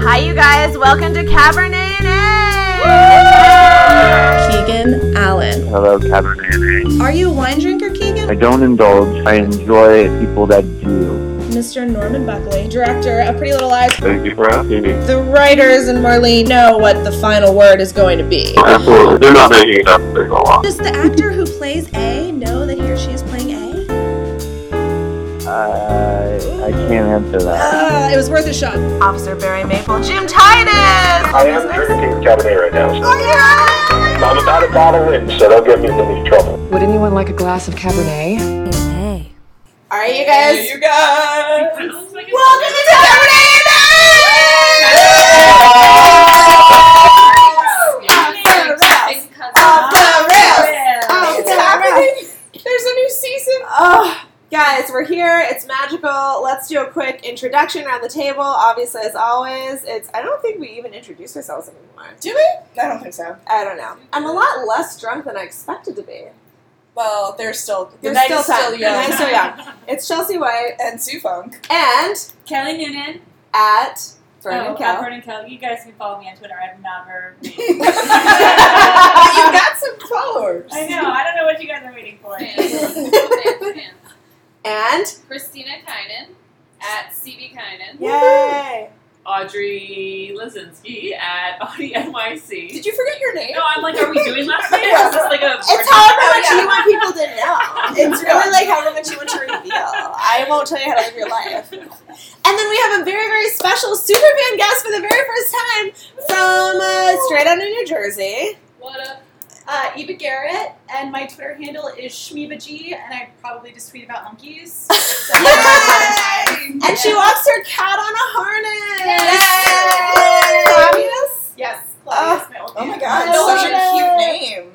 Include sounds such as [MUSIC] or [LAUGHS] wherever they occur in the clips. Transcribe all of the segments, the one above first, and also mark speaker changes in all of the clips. Speaker 1: Hi, you guys. Welcome to Cabernet and Egg.
Speaker 2: Keegan Allen.
Speaker 3: Hello, Cabernet.
Speaker 2: Are you a wine drinker, Keegan?
Speaker 3: I don't indulge. I enjoy people that do.
Speaker 2: Mr. Norman Buckley, director of Pretty Little Lies.
Speaker 4: Thank you for asking me.
Speaker 2: The writers and Marlene know what the final word is going to be.
Speaker 4: Absolutely. They're not making it up. There's a lot.
Speaker 2: Does the actor who plays A know that he or she is playing A?
Speaker 3: I I can't answer that.
Speaker 2: Uh, it was worth a shot.
Speaker 1: Officer Barry Maple, Jim Titus.
Speaker 5: I am drinking Cabernet right now, so
Speaker 1: Yeah.
Speaker 5: I'm about a bottle in, so don't get me in any trouble.
Speaker 6: Would anyone like a glass of Cabernet?
Speaker 2: All right, you guys. you guys.
Speaker 1: Welcome to Cabernet and Egg.
Speaker 2: It's happening. There's a new season. Oh, guys, we're here. It's magical. Let's do a quick introduction around the table. Obviously, as always, it's. I don't think we even introduced ourselves anymore. Do we? I don't think so. I don't know. I'm a lot less drunk than I expected to be.
Speaker 7: Well, there's still the
Speaker 2: There's
Speaker 7: night
Speaker 2: still
Speaker 7: is
Speaker 2: time.
Speaker 7: still
Speaker 2: The
Speaker 7: young.
Speaker 2: night's still young. It's Chelsea White
Speaker 7: and Sue Funk.
Speaker 2: and
Speaker 8: Kelly Noonan.
Speaker 2: at Vernon
Speaker 8: oh,
Speaker 2: Cal.
Speaker 8: at
Speaker 2: [LAUGHS]
Speaker 8: Vernon Cal. You guys can follow me on Twitter. I've never. [LAUGHS]
Speaker 7: You've
Speaker 8: Been.
Speaker 7: got some followers.
Speaker 8: I know. I don't know what you guys are waiting for.
Speaker 2: and
Speaker 9: Christina Kynan at CB Kynan.
Speaker 2: yay!
Speaker 10: Audrey Lizinski at Audi NYC.
Speaker 7: Did you forget your name?
Speaker 10: No, I'm like, are we
Speaker 8: [LAUGHS]
Speaker 10: doing last name? Is this like a
Speaker 2: It's however much you want people to know. It's really like however much you want to reveal. I won't tell you how to live your life. And then we have a very, very special Superman guest for the very first time from uh, straight out of New Jersey.
Speaker 9: What up?
Speaker 8: Uh, Eva Garrett, and my Twitter handle is Shmiba G, and I probably just tweet about
Speaker 9: [LAUGHS]
Speaker 8: monkeys.
Speaker 2: Yay! And she walks her cat on a harness. Fabulous.
Speaker 8: Yes, Chloe is my old
Speaker 7: Oh my
Speaker 8: name.
Speaker 7: god,
Speaker 2: No,
Speaker 7: such a
Speaker 2: no.
Speaker 7: cute name.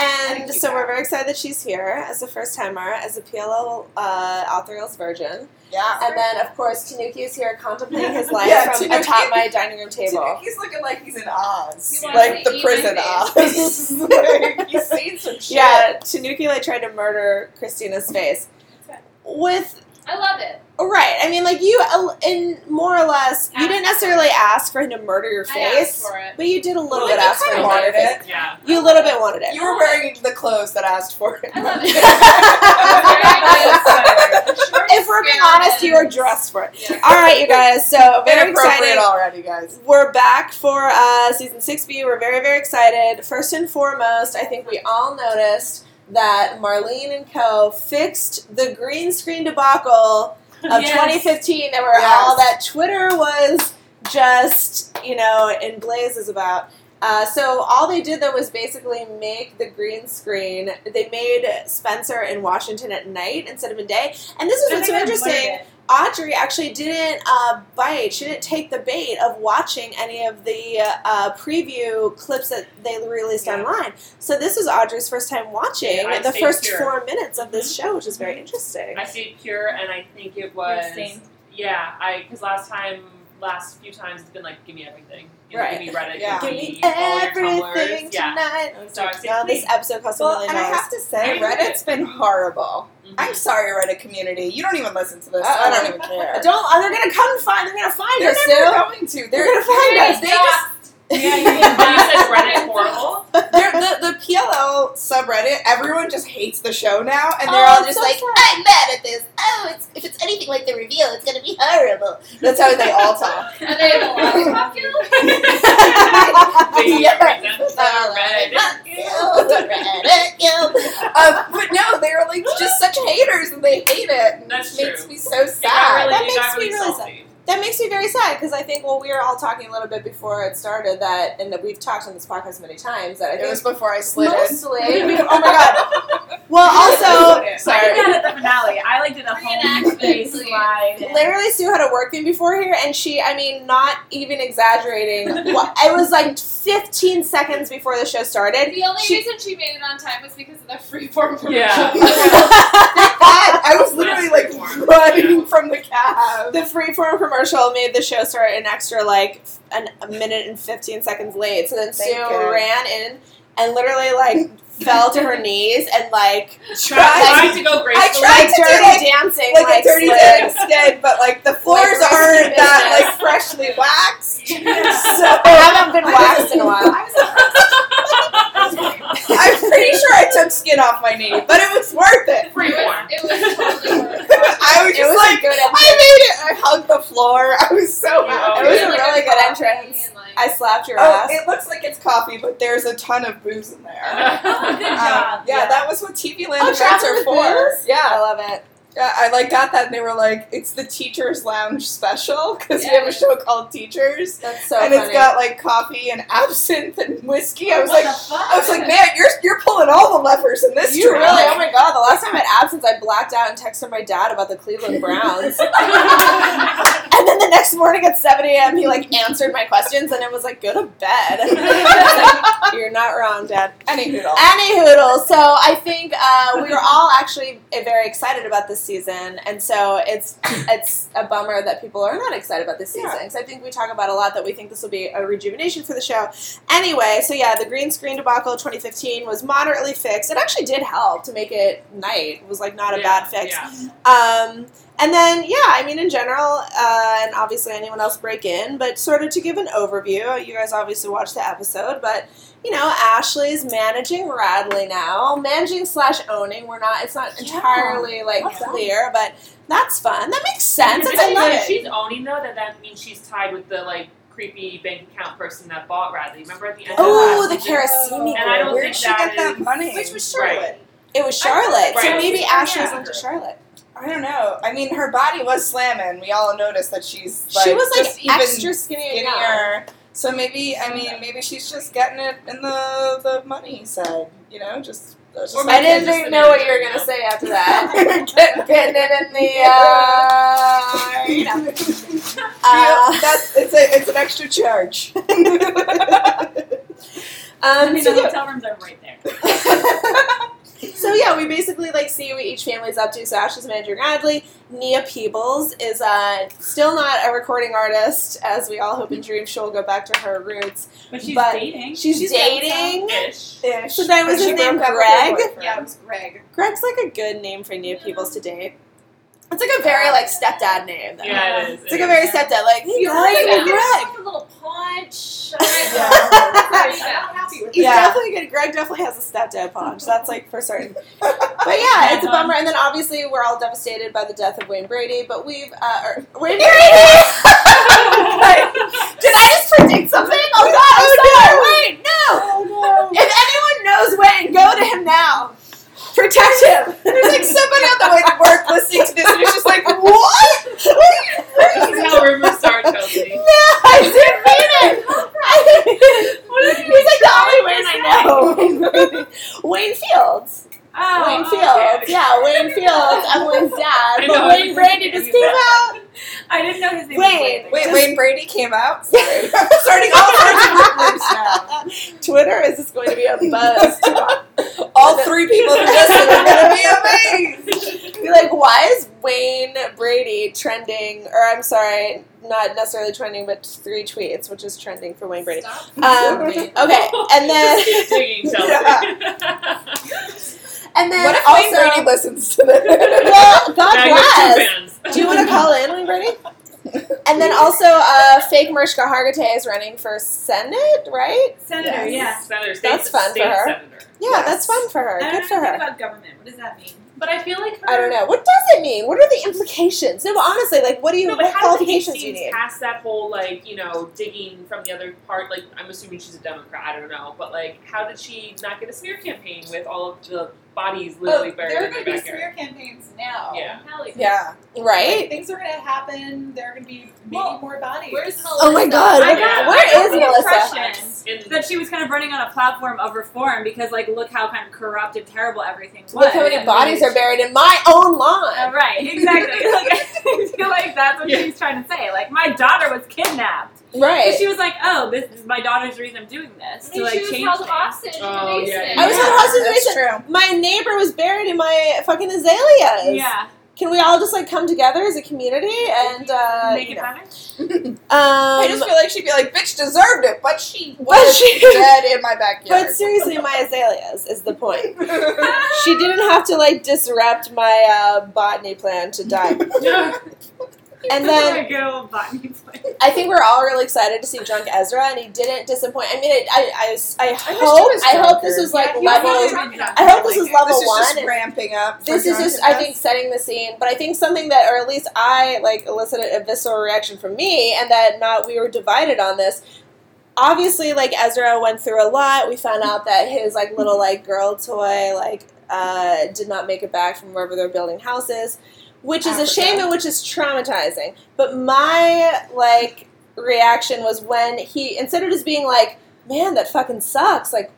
Speaker 2: And so we're very excited that she's here as a first timer, as a PLL uh, authorial's virgin.
Speaker 7: Yeah.
Speaker 2: And then, of course, Tanuki is here contemplating his
Speaker 7: [LAUGHS]
Speaker 2: life
Speaker 7: Yeah,
Speaker 2: from
Speaker 7: Tanuki.
Speaker 2: atop my dining room table.
Speaker 7: He's looking like he's in Oz,
Speaker 9: He wants
Speaker 7: like
Speaker 9: to
Speaker 7: the
Speaker 9: eat
Speaker 7: prison
Speaker 9: my
Speaker 7: [LAUGHS] Oz. [LAUGHS] like, he's seen some
Speaker 2: [LAUGHS]
Speaker 7: shit.
Speaker 2: Yeah, Tanuki like tried to murder Christina's face with
Speaker 9: I love it.
Speaker 2: right. I mean, like you, uh, in more or less, you didn't necessarily ask for him to murder your
Speaker 9: I asked
Speaker 2: face,
Speaker 9: for it.
Speaker 2: but you did a little
Speaker 7: Like,
Speaker 2: bit
Speaker 7: you
Speaker 2: ask for
Speaker 7: kinda
Speaker 2: him to murder
Speaker 7: wanted
Speaker 2: your
Speaker 7: it.
Speaker 2: face.
Speaker 10: Yeah.
Speaker 2: You a little bit wanted it.
Speaker 7: You were [LAUGHS] wearing the clothes that asked
Speaker 2: [LAUGHS]
Speaker 7: for it.
Speaker 9: I love it.
Speaker 2: if we're being honest, you were
Speaker 9: [LAUGHS]
Speaker 2: dressed for it.
Speaker 9: Yeah.
Speaker 2: [LAUGHS] All right, you guys.
Speaker 1: [LAUGHS]
Speaker 2: So very Mm-hmm.
Speaker 7: Inappropriate
Speaker 2: excited.
Speaker 7: already, guys.
Speaker 2: We're back for uh, season 6B. We're very, very excited. First and foremost, I think we all noticed that Marlene and Co. fixed the green screen debacle of
Speaker 8: Yes.
Speaker 2: 2015 that were
Speaker 7: Yes.
Speaker 2: all that Twitter was just, you know, in blazes about. Uh, so all they did though was basically make the green screen. They made Spencer in Washington at night instead of in day, and this is
Speaker 8: I think
Speaker 2: what's so
Speaker 8: I
Speaker 2: interesting.
Speaker 8: blurred it.
Speaker 2: Audrey actually didn't uh, bite. She didn't take the bait of watching any of the uh, preview clips that they released
Speaker 10: Yeah.
Speaker 2: online. So this is Audrey's first time watching
Speaker 10: Yeah, I
Speaker 2: the
Speaker 10: stayed Mm-hmm.
Speaker 2: first
Speaker 10: pure.
Speaker 2: four minutes of this show, which is very interesting.
Speaker 10: I stayed pure, and I think it was.
Speaker 8: Same.
Speaker 10: Yeah, I because last time, last few times, it's been like, give me everything. You know,
Speaker 2: Right.
Speaker 10: Give me Reddit.
Speaker 7: Yeah.
Speaker 10: Give
Speaker 2: Give
Speaker 10: me,
Speaker 2: me
Speaker 10: all your
Speaker 2: everything
Speaker 10: Tumblrs. Yeah.
Speaker 2: tonight.
Speaker 10: So I stayed
Speaker 2: Now this
Speaker 10: clean.
Speaker 2: episode costs a
Speaker 7: Well,
Speaker 2: million
Speaker 7: and I
Speaker 2: dollars.
Speaker 7: have to say,
Speaker 10: I love
Speaker 7: Reddit's
Speaker 10: it.
Speaker 7: been horrible.
Speaker 10: Mhm.
Speaker 7: I'm sorry, Reddit community. You don't even listen to this.
Speaker 2: Uh-oh.
Speaker 7: I don't even care.
Speaker 2: [LAUGHS] Don't. They're gonna come find. They're gonna find
Speaker 7: They're
Speaker 2: us,
Speaker 7: never
Speaker 2: Sue.
Speaker 7: going to.
Speaker 2: They're
Speaker 7: They're
Speaker 2: gonna find us. They just.
Speaker 10: [LAUGHS]
Speaker 8: Yeah, you
Speaker 2: [LAUGHS]
Speaker 10: you said Reddit horrible.
Speaker 7: they're, the the PLL subreddit. Everyone just hates the show now, and they're
Speaker 2: Oh,
Speaker 7: all
Speaker 2: it's
Speaker 7: just
Speaker 2: so
Speaker 7: like,
Speaker 2: sad.
Speaker 7: "I'm mad at this. Oh, it's if it's anything like the reveal, it's gonna be horrible." That's how they all talk.
Speaker 9: Are they in a lollipop guild?
Speaker 2: [LAUGHS]
Speaker 10: They
Speaker 7: Yeah.
Speaker 10: represent the Reddit.
Speaker 7: um, but no, they're like just such haters, and they hate it. And
Speaker 10: That's
Speaker 7: it makes
Speaker 10: true.
Speaker 7: me so
Speaker 10: It got
Speaker 7: sad.
Speaker 10: really,
Speaker 2: That
Speaker 10: it got
Speaker 2: makes me
Speaker 10: really
Speaker 2: really
Speaker 10: salty.
Speaker 2: That makes me very sad because I think well we were all talking a little bit before it started that and that we've talked on this podcast many times that [LAUGHS] I
Speaker 7: It
Speaker 2: think
Speaker 7: was before I slid in.
Speaker 2: mostly [LAUGHS] oh my god well also
Speaker 8: I
Speaker 2: [LAUGHS] sorry
Speaker 8: did that at the finale. I like did a whole
Speaker 9: Reenactment,
Speaker 8: face
Speaker 9: please.
Speaker 8: slide. and-
Speaker 2: literally Sue had a work thing before here and she I mean not even exaggerating wa- it was like 15 seconds before the show started [LAUGHS]
Speaker 9: The only
Speaker 2: She-
Speaker 9: reason she made it on time was because of the freeform commercial.
Speaker 10: Yeah.
Speaker 7: That- I was literally like
Speaker 10: Platform.
Speaker 7: running from the cab.
Speaker 2: the freeform commercial made the show start an extra like f- an, a minute and 15 seconds late so then
Speaker 7: Thank
Speaker 2: Sue
Speaker 7: God.
Speaker 2: ran in and literally [LAUGHS] like fell to her knees and like
Speaker 10: Tried, tried to go
Speaker 2: I
Speaker 10: gracefully.
Speaker 2: tried to do
Speaker 7: like-
Speaker 2: like dancing,
Speaker 7: like, a dirty
Speaker 2: slid.
Speaker 7: dead skid, but like the floors
Speaker 2: Like, [LAUGHS]
Speaker 7: aren't that
Speaker 2: business.
Speaker 7: like
Speaker 2: [LAUGHS]
Speaker 7: freshly waxed.
Speaker 1: [LAUGHS]
Speaker 2: off my knee, but it was worth [LAUGHS] it.
Speaker 9: It was,
Speaker 10: Freeform.
Speaker 9: it was totally worth it.
Speaker 2: I was
Speaker 7: It
Speaker 2: just
Speaker 7: was a
Speaker 2: like,
Speaker 7: good
Speaker 2: I made it. I hugged the
Speaker 1: [LAUGHS]
Speaker 2: floor. I was so
Speaker 10: You
Speaker 2: happy. [LAUGHS]
Speaker 10: always-
Speaker 2: It was a
Speaker 9: It
Speaker 2: really
Speaker 9: was like
Speaker 2: good
Speaker 9: coffee
Speaker 2: entrance.
Speaker 9: and, like-
Speaker 2: I slapped your
Speaker 1: Oh,
Speaker 2: ass.
Speaker 1: it looks like it's coffee, but there's a ton of booze in there.
Speaker 8: Good
Speaker 2: Um,
Speaker 8: job.
Speaker 1: yeah, that was what TV Land
Speaker 2: Oh,
Speaker 1: events
Speaker 2: Travel
Speaker 1: are
Speaker 2: with
Speaker 1: for.
Speaker 2: Booze?
Speaker 1: Yeah.
Speaker 2: I love it.
Speaker 1: yeah, I like got that, and they were like, "It's the Teachers Lounge special" because we have a
Speaker 9: Yes.
Speaker 1: show called Teachers,
Speaker 2: That's so
Speaker 1: and
Speaker 2: funny.
Speaker 1: it's got like coffee and absinthe and
Speaker 2: [LAUGHS]
Speaker 1: whiskey. I was
Speaker 8: What
Speaker 1: like,
Speaker 8: the fuck?
Speaker 1: I was like, man, you're you're pulling all the levers in this.
Speaker 2: you
Speaker 1: trip."
Speaker 2: really? Oh my god! The last time I had absence, I blacked out and texted my dad about the Cleveland
Speaker 1: [LAUGHS]
Speaker 2: Browns. [LAUGHS] and then the next morning at seven a.m., he like answered my questions, and it was like, "Go to [LAUGHS] bed." I was like, You're not wrong, Dad.
Speaker 1: Any noodle.
Speaker 2: Any hoodle. So I think uh, we were all actually very excited about this season, and so it's it's a bummer that people are not excited about this season. So I think we talk about a lot that we think this will be a rejuvenation for the show. Anyway, so yeah, the green screen debacle of 2015 was moderately fixed. It actually did help to make it night. It was like not a
Speaker 10: Yeah,
Speaker 2: bad fix.
Speaker 10: yeah.
Speaker 2: Um, and then, yeah, I mean, in general, uh, and obviously anyone else break in, but sort of to give an overview, you guys obviously watched the episode, but you know, Ashley's managing Radley now, managing slash owning. We're not; it's not entirely like
Speaker 10: What's that?
Speaker 2: clear, but that's fun. That makes sense.
Speaker 10: Because
Speaker 2: I
Speaker 10: if
Speaker 2: love
Speaker 10: she's-
Speaker 2: it.
Speaker 10: She's owning though that that means she's tied with the like creepy bank account person that bought Radley. Remember at the end
Speaker 2: Oh,
Speaker 10: of
Speaker 2: the
Speaker 10: last season?
Speaker 2: Karasimi
Speaker 10: And I
Speaker 2: girl.
Speaker 10: don't
Speaker 1: Where'd
Speaker 10: think
Speaker 1: she get
Speaker 10: that
Speaker 1: that
Speaker 10: is-
Speaker 1: money?
Speaker 2: Which was Charlotte.
Speaker 10: Right.
Speaker 2: It was Charlotte. So
Speaker 10: Right.
Speaker 2: maybe
Speaker 9: Yeah.
Speaker 2: Ashley's into Charlotte.
Speaker 1: I don't know. I mean, her body was slamming. We all noticed that she's like
Speaker 2: she was
Speaker 1: just
Speaker 2: like
Speaker 1: even
Speaker 2: extra skinny. now.
Speaker 1: skinnier. So maybe I mean maybe she's just getting it in the the money side. You know, just. that's just
Speaker 10: Or
Speaker 2: I
Speaker 10: maybe
Speaker 2: didn't
Speaker 10: just the
Speaker 2: know what you
Speaker 10: manager,
Speaker 2: were
Speaker 10: you
Speaker 2: gonna
Speaker 10: know?
Speaker 2: say after
Speaker 1: [LAUGHS]
Speaker 2: that. [LAUGHS] Get- Getting it in the [LAUGHS] uh, you
Speaker 1: [LAUGHS]
Speaker 2: know. Uh,
Speaker 1: Yeah, that's it's a it's an
Speaker 2: [LAUGHS]
Speaker 1: extra charge. [LAUGHS]
Speaker 8: I
Speaker 2: um,
Speaker 8: mean,
Speaker 2: so,
Speaker 8: the
Speaker 2: yeah,
Speaker 8: hotel rooms are right there.
Speaker 2: so yeah, we basically like see what each family's up to. So Ashley's manager Radley, Nia Peebles is uh, still not a recording artist, as we all hope and dream she'll go back to her roots.
Speaker 8: But she's
Speaker 2: But
Speaker 8: dating.
Speaker 2: She's,
Speaker 8: She's got
Speaker 2: dating.
Speaker 10: Ish.
Speaker 1: Ish.
Speaker 2: So then was
Speaker 1: She
Speaker 2: his name
Speaker 1: broke up with
Speaker 2: Greg?
Speaker 1: her boyfriend.
Speaker 8: Yeah, it was Greg.
Speaker 2: Greg's like a good name for Nia Peebles to date. It's like a very like stepdad name. Though.
Speaker 10: Yeah, it is.
Speaker 2: It's like a
Speaker 10: [LAUGHS]
Speaker 2: very
Speaker 8: Yeah.
Speaker 2: stepdad. Like hey,
Speaker 8: You
Speaker 2: guys,
Speaker 8: like
Speaker 2: I'm
Speaker 8: that?
Speaker 2: Greg.
Speaker 9: A little [LAUGHS] punch.
Speaker 8: I'm happy with
Speaker 2: He's
Speaker 1: Yeah.
Speaker 2: definitely good. Greg definitely has a stepdad punch. That's like for certain. But yeah, it's a bummer. And then obviously we're all devastated by the death of Wayne Brady. But we've uh, or, Wayne Brady. Did I just predict something? Oh God! I'm sorry. Wayne, no.
Speaker 1: Oh
Speaker 2: If anyone knows Wayne, go to him now. Protect him.
Speaker 1: There's like someone on the way to work listening to this and it's
Speaker 2: [LAUGHS]
Speaker 1: just like, what?
Speaker 10: This is how rumors start, Chelsea.
Speaker 2: No, I didn't mean it. I didn't mean it. He's like the only Wayne I know. [LAUGHS] Wayne Fields.
Speaker 10: Oh,
Speaker 2: Wayne
Speaker 10: okay.
Speaker 2: Fields. Yeah,
Speaker 10: [LAUGHS]
Speaker 2: Wayne Fields. Emily's dad.
Speaker 10: I
Speaker 2: But
Speaker 10: know, I
Speaker 2: Wayne
Speaker 10: was
Speaker 2: Brady
Speaker 10: thinking
Speaker 2: just came out.
Speaker 10: [LAUGHS]
Speaker 8: I didn't know his name
Speaker 2: Wayne.
Speaker 8: was
Speaker 1: Wait,
Speaker 2: Just-
Speaker 1: Wayne Brady came [LAUGHS] out?
Speaker 2: Sorry.
Speaker 1: Starting all sorts of rumors now.
Speaker 2: Twitter is just going to be a [LAUGHS] buzz.
Speaker 1: All three people who listened are
Speaker 2: [LAUGHS]
Speaker 1: gonna be amazed.
Speaker 2: be like, why is Wayne Brady trending? Or I'm sorry, not necessarily trending, but three tweets, which is trending for Wayne Brady.
Speaker 9: Stop.
Speaker 1: [LAUGHS]
Speaker 2: Um, okay, and then [LAUGHS]
Speaker 10: Just keep digging, Chelsea.
Speaker 2: and then
Speaker 1: What if
Speaker 2: also,
Speaker 1: Wayne Brady listens to this? [LAUGHS]
Speaker 2: well, God
Speaker 10: now you
Speaker 2: bless.
Speaker 10: have two fans.
Speaker 2: Do you want to call in, Wayne Brady? And
Speaker 1: [LAUGHS]
Speaker 2: then also, uh, fake Mariska Hargitay is running for Senate, right?
Speaker 8: Senator, yeah.
Speaker 10: Senator, state,
Speaker 2: That's fun for
Speaker 10: state
Speaker 2: her.
Speaker 10: Senator.
Speaker 2: Yeah,
Speaker 1: Yes.
Speaker 2: that's fun for her.
Speaker 8: I don't
Speaker 2: Good
Speaker 8: know
Speaker 2: for
Speaker 8: anything
Speaker 2: her.
Speaker 8: about government. What does that mean?
Speaker 10: But I feel like her,
Speaker 2: I don't know. What does it mean? What are the implications? No, but honestly, like, what do you?
Speaker 10: No, but
Speaker 2: what
Speaker 10: how do you
Speaker 2: qualifications
Speaker 10: think
Speaker 2: do you
Speaker 10: she's
Speaker 2: need?
Speaker 10: past that whole like you know digging from the other part? Like I'm assuming she's a Democrat. I don't know, but like how did she not get a smear campaign with all of the bodies
Speaker 11: Oh,
Speaker 9: Oh,
Speaker 10: literally buried
Speaker 8: there are
Speaker 10: in
Speaker 8: going
Speaker 10: their
Speaker 8: to be
Speaker 10: backyard?
Speaker 8: smear campaigns now.
Speaker 10: Yeah.
Speaker 9: Hell yeah.
Speaker 1: Yeah.
Speaker 2: Right?
Speaker 8: Things are going to happen. There are going to be maybe
Speaker 9: Well,
Speaker 8: more bodies.
Speaker 9: Where's Melissa?
Speaker 2: Oh my God!
Speaker 10: I
Speaker 2: Where,
Speaker 10: got-
Speaker 2: where is
Speaker 10: I
Speaker 2: Melissa?
Speaker 10: In-
Speaker 11: that she was kind of running on a platform of reform because like look how kind of corrupt and terrible everything was.
Speaker 2: Look how many bodies are buried in my own
Speaker 11: Uh,
Speaker 2: lawn.
Speaker 10: [LAUGHS]
Speaker 11: right, exactly.
Speaker 2: [LAUGHS]
Speaker 11: like, I feel like that's what she's trying to say. Like my daughter was kidnapped.
Speaker 2: Right.
Speaker 11: But she was like, oh, this is my daughter's reason I'm doing this
Speaker 9: I
Speaker 11: to
Speaker 9: mean,
Speaker 11: like
Speaker 9: she was
Speaker 11: change
Speaker 9: held
Speaker 11: things.
Speaker 9: hostage in the
Speaker 10: Oh, yeah,
Speaker 9: basement.
Speaker 10: yeah.
Speaker 2: I was
Speaker 1: yeah,
Speaker 2: held hostage in the
Speaker 1: That's
Speaker 2: basement.
Speaker 1: true.
Speaker 2: My neighbor was buried in my fucking azaleas.
Speaker 11: Yeah,
Speaker 2: Can we all just like come together as a community and uh,
Speaker 11: make it
Speaker 2: you know.
Speaker 11: better.
Speaker 10: [LAUGHS]
Speaker 2: Um,
Speaker 1: I just feel like she'd be like, bitch deserved it, but she
Speaker 2: but
Speaker 1: was
Speaker 2: she,
Speaker 1: dead in my
Speaker 2: [LAUGHS]
Speaker 1: backyard.
Speaker 2: but
Speaker 1: [LAUGHS]
Speaker 2: seriously, my azaleas is the point. [LAUGHS]
Speaker 11: [LAUGHS]
Speaker 2: She didn't have to like disrupt my uh, botany plan to die. And
Speaker 11: Where
Speaker 2: then
Speaker 11: I go
Speaker 10: [LAUGHS]
Speaker 11: botany place.
Speaker 2: I think we're all really excited to see drunk Ezra, and he didn't disappoint. I mean, I, I, I, I
Speaker 1: he
Speaker 2: hope,
Speaker 1: was
Speaker 2: I hope this
Speaker 1: drunker.
Speaker 2: was like
Speaker 8: Yeah, he was
Speaker 2: level.
Speaker 8: drunk enough.
Speaker 2: I hope this is level
Speaker 1: this is
Speaker 2: one.
Speaker 1: Just ramping up. for
Speaker 2: This is just, I think, setting the scene. But I think something that, or at least I, like, elicited a visceral reaction from me, and that not we were divided on this. Obviously, like Ezra went through a lot. We found out that his like little like girl toy like uh, did not make it back from wherever they're building houses, which is a
Speaker 1: Africa.
Speaker 2: shame and which is traumatizing. But my like reaction was when he instead of just being like, "Man, that fucking sucks," like.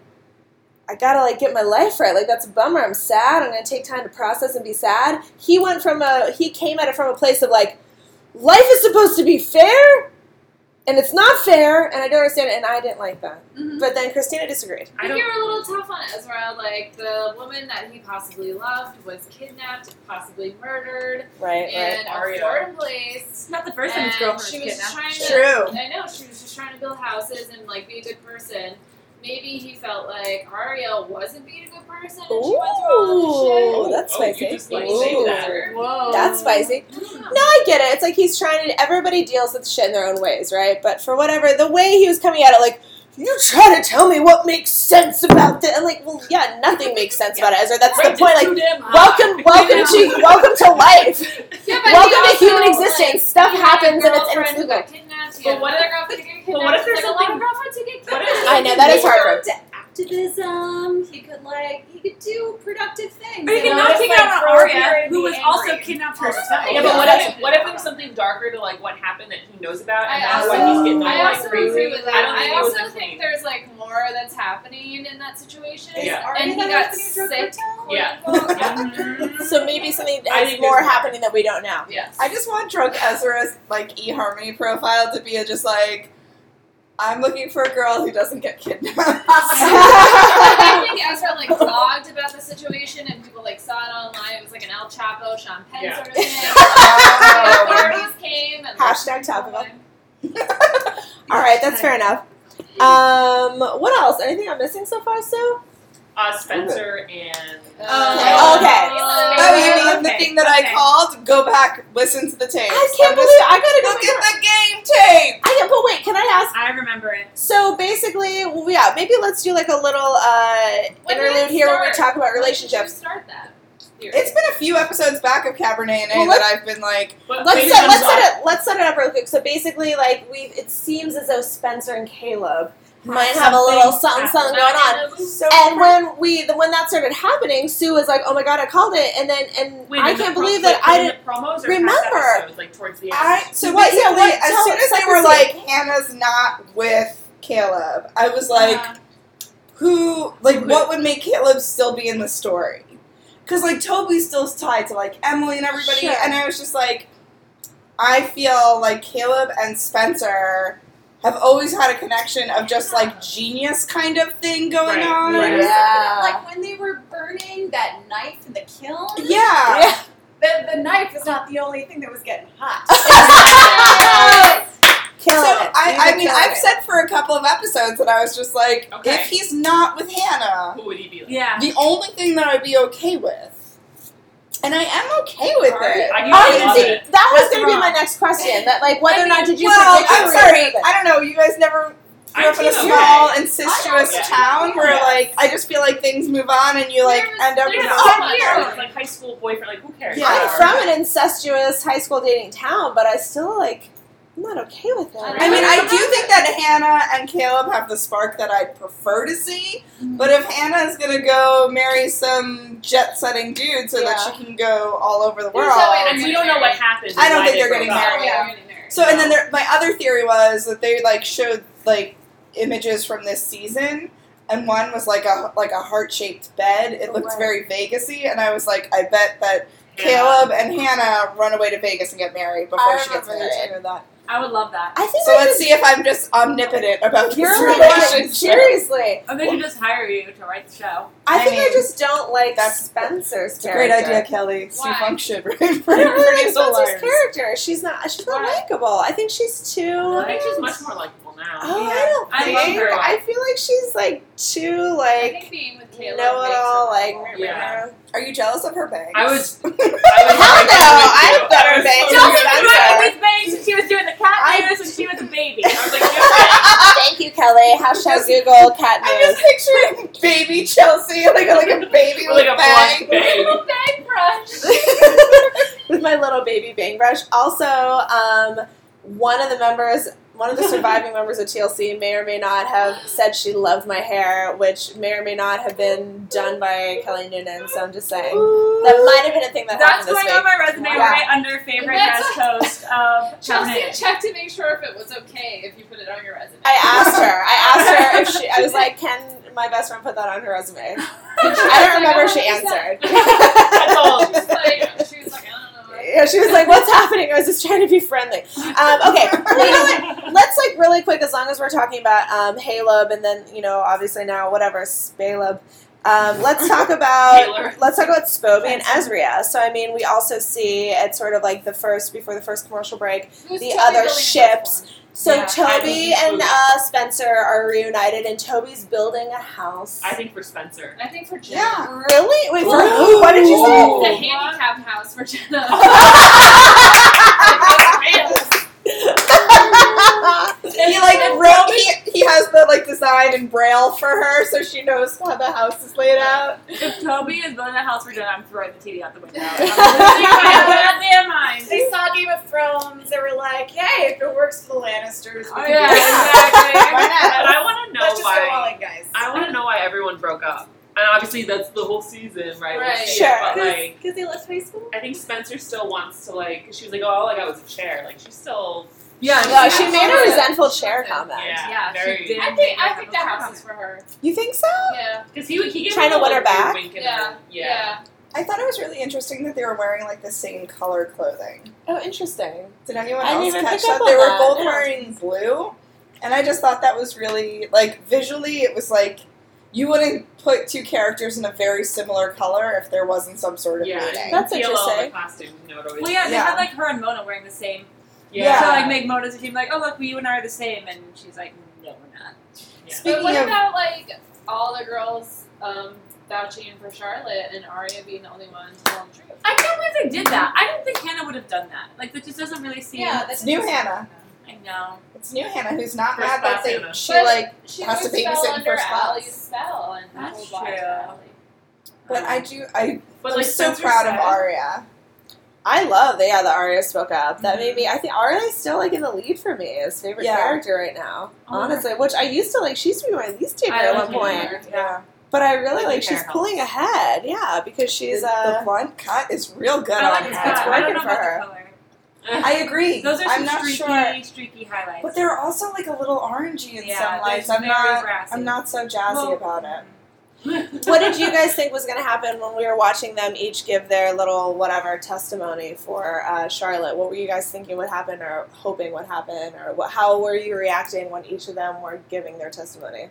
Speaker 2: I gotta like get my life right. Like that's a bummer. I'm sad. I'm gonna take time to process and be sad. He went from a he came at it from a place of like, life is supposed to be fair, and it's not fair, and I don't understand it, and I didn't like that.
Speaker 9: Mhm.
Speaker 2: But then Christina disagreed.
Speaker 10: I
Speaker 9: I
Speaker 10: don't-
Speaker 9: think you're a little tough on Ezra. Like the woman that he possibly loved was kidnapped, possibly murdered,
Speaker 2: Right,
Speaker 9: in a
Speaker 10: Aria.
Speaker 9: foreign place.
Speaker 11: It's not the first time
Speaker 9: And
Speaker 11: this girl has
Speaker 9: she was
Speaker 11: kidnapped.
Speaker 9: just trying to
Speaker 2: True.
Speaker 9: I know she was just trying to build houses and like be a good person. Maybe he felt like Ariel wasn't being a good person and she went through all
Speaker 2: Ooh,
Speaker 9: this shit.
Speaker 2: that's
Speaker 10: Oh, you
Speaker 2: spicy.
Speaker 10: just, like,
Speaker 2: Ooh.
Speaker 10: say that.
Speaker 11: Whoa.
Speaker 2: That's spicy.
Speaker 9: I don't know.
Speaker 2: No, I get it. It's like he's trying to. Everybody deals with shit in their own ways, right? But for whatever, the way he was coming at it, like, you try to tell me what makes sense about this. I'm like, well, yeah, nothing makes sense about it, Ezra. That's the
Speaker 10: Right,
Speaker 2: point. Like,
Speaker 10: too damn hot. [LAUGHS]
Speaker 2: welcome, welcome to, welcome to life.
Speaker 9: Yeah, but
Speaker 2: Welcome
Speaker 9: he
Speaker 2: to human
Speaker 9: also,
Speaker 2: existence.
Speaker 9: Like,
Speaker 2: Stuff
Speaker 9: he had a
Speaker 2: happens and it's
Speaker 9: girlfriend who
Speaker 2: inexplicable.
Speaker 9: got kidnapped. He
Speaker 10: But
Speaker 9: had
Speaker 10: what-
Speaker 9: another girlfriend who got
Speaker 10: but
Speaker 9: kidnapped.
Speaker 10: what if there's
Speaker 9: like, a lot
Speaker 10: something-
Speaker 9: of girlfriends who get
Speaker 10: what if-
Speaker 9: kidnapped.
Speaker 2: I know that is
Speaker 9: He could
Speaker 2: hard.
Speaker 8: to activism. He could like he could do productive things.
Speaker 11: But you
Speaker 8: you
Speaker 11: can
Speaker 8: know?
Speaker 11: knock
Speaker 8: Just,
Speaker 11: it
Speaker 8: like,
Speaker 11: out
Speaker 8: grow
Speaker 11: on
Speaker 8: up here
Speaker 11: Arya,
Speaker 8: and
Speaker 11: who
Speaker 8: be
Speaker 11: was also
Speaker 8: angry.
Speaker 11: kidnapped
Speaker 8: Also,
Speaker 11: herself.
Speaker 10: Yeah, but what if what if it's something darker to like what happened that he knows about and
Speaker 9: I
Speaker 10: that's
Speaker 9: also,
Speaker 10: why he's getting all
Speaker 9: I
Speaker 10: like
Speaker 9: also
Speaker 10: crazy?
Speaker 9: agree with that.
Speaker 10: I don't think it was
Speaker 9: also
Speaker 10: a
Speaker 9: think
Speaker 10: clean.
Speaker 9: there's like more that's happening in that situation.
Speaker 8: Is
Speaker 10: Yeah.
Speaker 8: Arya
Speaker 9: And he
Speaker 8: that
Speaker 9: got
Speaker 8: Anthony drove
Speaker 9: sick.
Speaker 8: hotel?
Speaker 10: [LAUGHS] Yeah.
Speaker 2: So maybe something
Speaker 10: I
Speaker 2: is
Speaker 10: think
Speaker 2: more
Speaker 10: there's more.
Speaker 2: happening that we don't know.
Speaker 10: [LAUGHS] Yes.
Speaker 1: I just want drunk Ezra's like eHarmony profile to be just like, I'm looking for a girl who doesn't get kidnapped. [LAUGHS]
Speaker 9: I think Ezra like blogged about the situation and people like saw it online. It was like an El Chapo, Sean Penn
Speaker 10: Yeah.
Speaker 9: sort
Speaker 10: [LAUGHS]
Speaker 9: of thing.
Speaker 1: Oh.
Speaker 9: The authorities came and
Speaker 2: Hashtag topical.
Speaker 9: Like,
Speaker 2: All right, that's fair enough. Um, what else? Anything I'm missing so far, Sue?
Speaker 10: Uh, Spencer and
Speaker 9: uh,
Speaker 2: Okay.
Speaker 1: Oh, you
Speaker 9: uh,
Speaker 1: mean the
Speaker 11: Okay,
Speaker 1: thing that I
Speaker 11: okay.
Speaker 1: called? Go back, listen to the tapes.
Speaker 2: I can't
Speaker 1: I'm
Speaker 2: believe
Speaker 1: just-
Speaker 2: I gotta go.
Speaker 1: Look
Speaker 2: back-
Speaker 1: at the game tape.
Speaker 2: I can't. But wait, can I ask?
Speaker 11: I remember it.
Speaker 2: So basically, well, yeah, maybe let's do like a little uh,
Speaker 9: When did
Speaker 2: interlude
Speaker 9: it
Speaker 2: here where we
Speaker 9: start?
Speaker 2: talk about
Speaker 9: when did you
Speaker 2: relationships.
Speaker 9: Start that.
Speaker 1: It's been a few episodes back of Cabernet and A
Speaker 2: Well,
Speaker 1: that I've been like,
Speaker 10: but
Speaker 2: Let's
Speaker 10: maybe
Speaker 2: set,
Speaker 10: one's
Speaker 2: let's set it let's set it up real quick. So basically, like we, have it seems as though Spencer and Caleb might have a little something something going on.
Speaker 1: so
Speaker 2: And when we, the, when that started happening, Sue was like, "Oh my god, I called it!" And then, and
Speaker 10: Wait,
Speaker 2: I
Speaker 10: in the
Speaker 2: can't
Speaker 10: pro-
Speaker 2: believe
Speaker 10: like,
Speaker 2: that I
Speaker 10: in
Speaker 2: didn't.
Speaker 10: the promos or past
Speaker 2: remember.
Speaker 10: episodes, like towards the end.
Speaker 1: I so
Speaker 2: What- yeah,
Speaker 1: basically
Speaker 2: what- tell-
Speaker 1: as soon as
Speaker 2: set
Speaker 1: they
Speaker 2: the
Speaker 1: were
Speaker 2: scene.
Speaker 1: like Hannah's not with Caleb, I was like, who like what would make Caleb still be in the story? Because like Toby's still tied to like Emily and everybody,
Speaker 2: Sure.
Speaker 1: and I was just like, I feel like Caleb and Spencer have always had a connection of just like genius kind of thing going
Speaker 10: Right,
Speaker 1: on.
Speaker 10: right.
Speaker 1: uh,
Speaker 8: Like when they were burning that knife in the kiln.
Speaker 1: Yeah. [LAUGHS]
Speaker 2: Yeah.
Speaker 8: The, the knife is not the only thing that was getting hot.
Speaker 2: Killing
Speaker 1: so
Speaker 2: it. You've
Speaker 1: I, I
Speaker 2: been
Speaker 1: mean,
Speaker 2: killing
Speaker 1: I've
Speaker 2: it.
Speaker 1: said for a couple of episodes that I was just like,
Speaker 10: Okay.
Speaker 1: if he's not with Hannah,
Speaker 10: Who would he be? Like?
Speaker 11: Yeah.
Speaker 1: the only thing that I'd be okay with, and I am okay with
Speaker 10: Sorry,
Speaker 1: it.
Speaker 10: I can
Speaker 2: I
Speaker 10: I love
Speaker 2: see,
Speaker 10: it.
Speaker 2: that was
Speaker 11: That's
Speaker 2: going to be
Speaker 11: wrong.
Speaker 2: my next question. That like whether or not did you
Speaker 1: well,
Speaker 2: predict it
Speaker 1: I'm
Speaker 2: or
Speaker 1: sorry.
Speaker 2: not?
Speaker 1: I don't know. You guys never grew
Speaker 10: I
Speaker 1: up in a
Speaker 10: feel
Speaker 1: small,
Speaker 10: okay.
Speaker 1: incestuous
Speaker 10: I don't-
Speaker 1: town where,
Speaker 10: Yeah.
Speaker 1: like, I just feel like things move on and you, like,
Speaker 9: There's-
Speaker 1: end up
Speaker 10: There's
Speaker 1: with
Speaker 10: so
Speaker 1: oh,
Speaker 10: much.
Speaker 1: here.
Speaker 10: It's like high school boyfriend. Like who cares?
Speaker 1: Yeah.
Speaker 2: I'm from an incestuous high school dating town, but I still like I'm not okay with that.
Speaker 1: I mean, I do think that Hannah and Caleb have the spark that I'd prefer to see.
Speaker 2: Mm-hmm.
Speaker 1: But if Hannah is gonna go marry some jet-setting dude so that
Speaker 2: Yeah.
Speaker 1: she can go all over the
Speaker 9: There's
Speaker 1: world,
Speaker 9: no way
Speaker 10: And we don't know what happened.
Speaker 1: I don't
Speaker 10: why
Speaker 1: think
Speaker 10: they
Speaker 1: they're getting
Speaker 10: broke up.
Speaker 1: married. So, and then there, my other theory was that they like showed like images from this season, and one was like a like a heart shaped bed. It looked
Speaker 2: Right.
Speaker 1: very Vegasy, and I was like, I bet that Caleb and Hannah run away to Vegas and get married before
Speaker 2: I
Speaker 1: she gets
Speaker 2: remember
Speaker 1: married.
Speaker 2: it.
Speaker 1: I know that.
Speaker 11: I would love that.
Speaker 2: I think
Speaker 1: So
Speaker 2: I
Speaker 1: let's
Speaker 2: just-
Speaker 1: see if I'm just omnipotent about
Speaker 2: You're
Speaker 1: this
Speaker 2: right.
Speaker 1: relationship.
Speaker 2: Seriously,
Speaker 11: Or they could just hire you to write the show.
Speaker 2: I
Speaker 1: I
Speaker 2: think I
Speaker 1: mean,
Speaker 2: just don't like
Speaker 1: that's-
Speaker 2: Spencer's
Speaker 1: It's a great
Speaker 2: character.
Speaker 1: idea, Kelly. Sue
Speaker 9: Why?
Speaker 1: Funk [LAUGHS] should write for
Speaker 2: I don't really like
Speaker 1: Pretty
Speaker 2: Spencer's
Speaker 1: Little Liars.
Speaker 2: character. She's not. She's not
Speaker 9: Why?
Speaker 2: likable. I think she's too.
Speaker 10: I think she's much more likable now.
Speaker 11: [LAUGHS]
Speaker 2: Oh, I don't
Speaker 11: I
Speaker 2: think.
Speaker 11: love her.
Speaker 2: I feel like she's like too
Speaker 9: I think
Speaker 2: like
Speaker 9: being with Caleb
Speaker 2: know it all. Like,
Speaker 9: makes it more-
Speaker 10: Yeah.
Speaker 1: Are you jealous of her bangs?
Speaker 10: I was. I was
Speaker 11: [LAUGHS]
Speaker 2: hell no! I
Speaker 10: I
Speaker 2: have better
Speaker 11: Chelsea
Speaker 2: bangs. than
Speaker 11: was
Speaker 2: Spencer.
Speaker 11: rocking with bangs when she was doing the
Speaker 2: I-
Speaker 11: cat news when she was a baby. I
Speaker 10: [LAUGHS]
Speaker 11: was like,
Speaker 2: [LAUGHS] Thank you, [LAUGHS] Kelly. Hashtag Google cat
Speaker 1: I'm just
Speaker 2: news.
Speaker 1: picturing baby Chelsea, [LAUGHS] like like a baby
Speaker 10: Like
Speaker 1: with
Speaker 10: a
Speaker 1: bangs.
Speaker 10: blonde bang.
Speaker 11: little bang brush.
Speaker 2: with my little baby bang brush. Also, um, one of the members, one of the [LAUGHS] surviving members of TLC, may or may not have said she loved my hair, which may or may not have been done by Kelly Noonan. So I'm just saying that might have been a thing that
Speaker 11: That's
Speaker 10: [LAUGHS]
Speaker 2: happened
Speaker 11: going
Speaker 2: this
Speaker 11: on
Speaker 2: week.
Speaker 11: my resume
Speaker 2: Yeah.
Speaker 11: right under favorite
Speaker 9: That's
Speaker 11: guest host of
Speaker 9: [LAUGHS] Chelsea
Speaker 11: Cabernet.
Speaker 9: checked to make sure if it was okay if you put it on your
Speaker 11: [LAUGHS]
Speaker 9: resume.
Speaker 2: I asked her. I asked her if she. I was like, "Can my best friend put that on her resume?" I don't remember if she answered.
Speaker 10: That's all.
Speaker 9: She was like, she was like, I don't know.
Speaker 11: [LAUGHS]
Speaker 2: Yeah, she was like, "What's happening?" I was just trying to be friendly. Um, okay, well, you know what? Let's like really quick, as long as we're talking about um, Haleb, and then you know, obviously now whatever Spaleb. Um, let's talk about
Speaker 10: Taylor.
Speaker 2: let's talk about Spoby and Ezria. So I mean, we also see at sort of like the first before the first commercial break.
Speaker 9: Who's
Speaker 2: The other
Speaker 9: Toby building a boat
Speaker 2: ships.
Speaker 9: for?
Speaker 2: So
Speaker 11: Yeah, I
Speaker 2: Toby
Speaker 10: think Spoby-
Speaker 2: and uh, Spencer are reunited, and Toby's building a house.
Speaker 10: I think
Speaker 11: [LAUGHS]
Speaker 10: for Spencer. [LAUGHS]
Speaker 9: I think for Jen.
Speaker 1: Yeah.
Speaker 2: really? Wait, for
Speaker 1: Ooh.
Speaker 2: who? What did you say?
Speaker 10: Ooh.
Speaker 9: The handicap house for Jenna. Like,
Speaker 2: [LAUGHS]
Speaker 9: that's real.
Speaker 1: He like wrote, he, he has the like design in braille for her, so she knows how the house is laid out.
Speaker 11: If Toby is building a house for Jenna, I'm throwing the TV out the window. I'm losing my goddamn mind.
Speaker 8: They saw Game of Thrones. They were like, "Hey, if it works for the Lannisters, we
Speaker 11: Oh,
Speaker 8: can
Speaker 11: yeah,
Speaker 8: do it."
Speaker 11: exactly.
Speaker 8: Why not?
Speaker 10: And I want to know
Speaker 8: Let's just go all
Speaker 10: why.
Speaker 8: in, guys.
Speaker 10: I want to know why everyone broke up. And obviously, that's the whole season, right? We'll
Speaker 9: Right.
Speaker 10: see it,
Speaker 2: Sure.
Speaker 10: But like,
Speaker 8: because they left high school.
Speaker 10: I think Spencer still wants to like. 'cause She was like, "Oh, all I got was a chair." Like, she's still.
Speaker 11: Yeah,
Speaker 2: No, she made a
Speaker 9: Yeah.
Speaker 2: resentful chair comment.
Speaker 10: Yeah.
Speaker 11: Yeah, she
Speaker 10: very-
Speaker 11: did.
Speaker 9: I think I think the house is for her.
Speaker 1: You think so?
Speaker 9: Yeah.
Speaker 10: Because he would he gave
Speaker 2: Trying
Speaker 10: her
Speaker 2: to win
Speaker 10: like,
Speaker 2: her back?
Speaker 10: a wink and a-
Speaker 9: Yeah.
Speaker 10: yeah.
Speaker 1: I thought it was really interesting that they were wearing like the same color clothing.
Speaker 2: Oh, interesting.
Speaker 1: Did anyone
Speaker 2: I didn't
Speaker 1: else
Speaker 2: even
Speaker 1: catch
Speaker 2: pick
Speaker 1: that?
Speaker 2: up on
Speaker 1: They were
Speaker 2: that,
Speaker 1: both
Speaker 2: no.
Speaker 1: wearing blue, and I just thought that was really like visually, it was like you wouldn't put two characters in a very similar color if there wasn't some sort of
Speaker 10: Yeah.
Speaker 1: meaning.
Speaker 2: That's
Speaker 10: Feel all
Speaker 2: interesting.
Speaker 10: the costumes, you know, it always-
Speaker 11: Well, yeah, they
Speaker 1: Yeah.
Speaker 11: had like her and Mona wearing the same.
Speaker 1: Yeah.
Speaker 11: To like make Mona seem like, oh look, we you and I are the same, and she's like, no, we're not.
Speaker 9: But
Speaker 1: Speaking
Speaker 9: what
Speaker 1: of
Speaker 9: about like all the girls um, vouching for Charlotte and Arya being the only one to tell the truth?
Speaker 11: I can't believe they did that. I don't think Hannah would have done that. Like that just doesn't really seem.
Speaker 8: Yeah,
Speaker 1: it's new Hannah.
Speaker 11: I know.
Speaker 1: It's new Hannah who's not
Speaker 10: First
Speaker 1: mad that
Speaker 10: class
Speaker 1: they,
Speaker 10: Hannah.
Speaker 1: she
Speaker 9: But
Speaker 1: like.
Speaker 9: She
Speaker 1: Has to
Speaker 9: always
Speaker 1: babysit
Speaker 9: fell
Speaker 1: in
Speaker 9: under
Speaker 1: first class.
Speaker 9: Allie's spell and
Speaker 11: That's
Speaker 9: hold lies
Speaker 11: true.
Speaker 9: to Allie.
Speaker 1: But I do. I
Speaker 10: But
Speaker 1: I'm
Speaker 10: like
Speaker 1: so
Speaker 10: Spencer
Speaker 1: proud
Speaker 10: said,
Speaker 1: of Arya.
Speaker 2: I love that. Yeah, the Arya spoke up. That made me. I think Arya is still like in the lead for me as favorite
Speaker 1: Yeah.
Speaker 2: character right now.
Speaker 11: Oh,
Speaker 2: honestly, which I used to like. She used to be my least favorite
Speaker 11: I
Speaker 2: at
Speaker 11: like
Speaker 2: one point,
Speaker 11: her.
Speaker 1: Yeah,
Speaker 2: but I really
Speaker 11: I
Speaker 2: like
Speaker 11: like
Speaker 2: she's
Speaker 11: her.
Speaker 2: pulling ahead. Yeah, because she's
Speaker 1: the, the
Speaker 2: uh.
Speaker 1: blunt cut is real good
Speaker 11: I like
Speaker 1: on
Speaker 11: the
Speaker 10: it's
Speaker 1: her.
Speaker 10: cut.
Speaker 1: It's
Speaker 11: color. I don't
Speaker 1: working
Speaker 11: know
Speaker 1: for
Speaker 11: about
Speaker 1: her.
Speaker 11: the color.
Speaker 1: I
Speaker 11: [LAUGHS]
Speaker 1: agree.
Speaker 11: Those are some
Speaker 1: I'm not
Speaker 11: streaky, [LAUGHS]
Speaker 1: sure,
Speaker 11: streaky highlights.
Speaker 1: but they're also like a little orangey in
Speaker 11: yeah,
Speaker 1: some
Speaker 11: they're
Speaker 1: lights. I'm
Speaker 11: very
Speaker 1: not.
Speaker 11: Brassy. [LAUGHS]
Speaker 1: I'm not so jazzy
Speaker 11: Well,
Speaker 1: about it.
Speaker 2: what did you guys think was going to happen when we were watching them each give their little whatever testimony for uh, Charlotte? What were you guys thinking would happen, or hoping would happen, or what, how were you reacting when each of them were giving their testimony?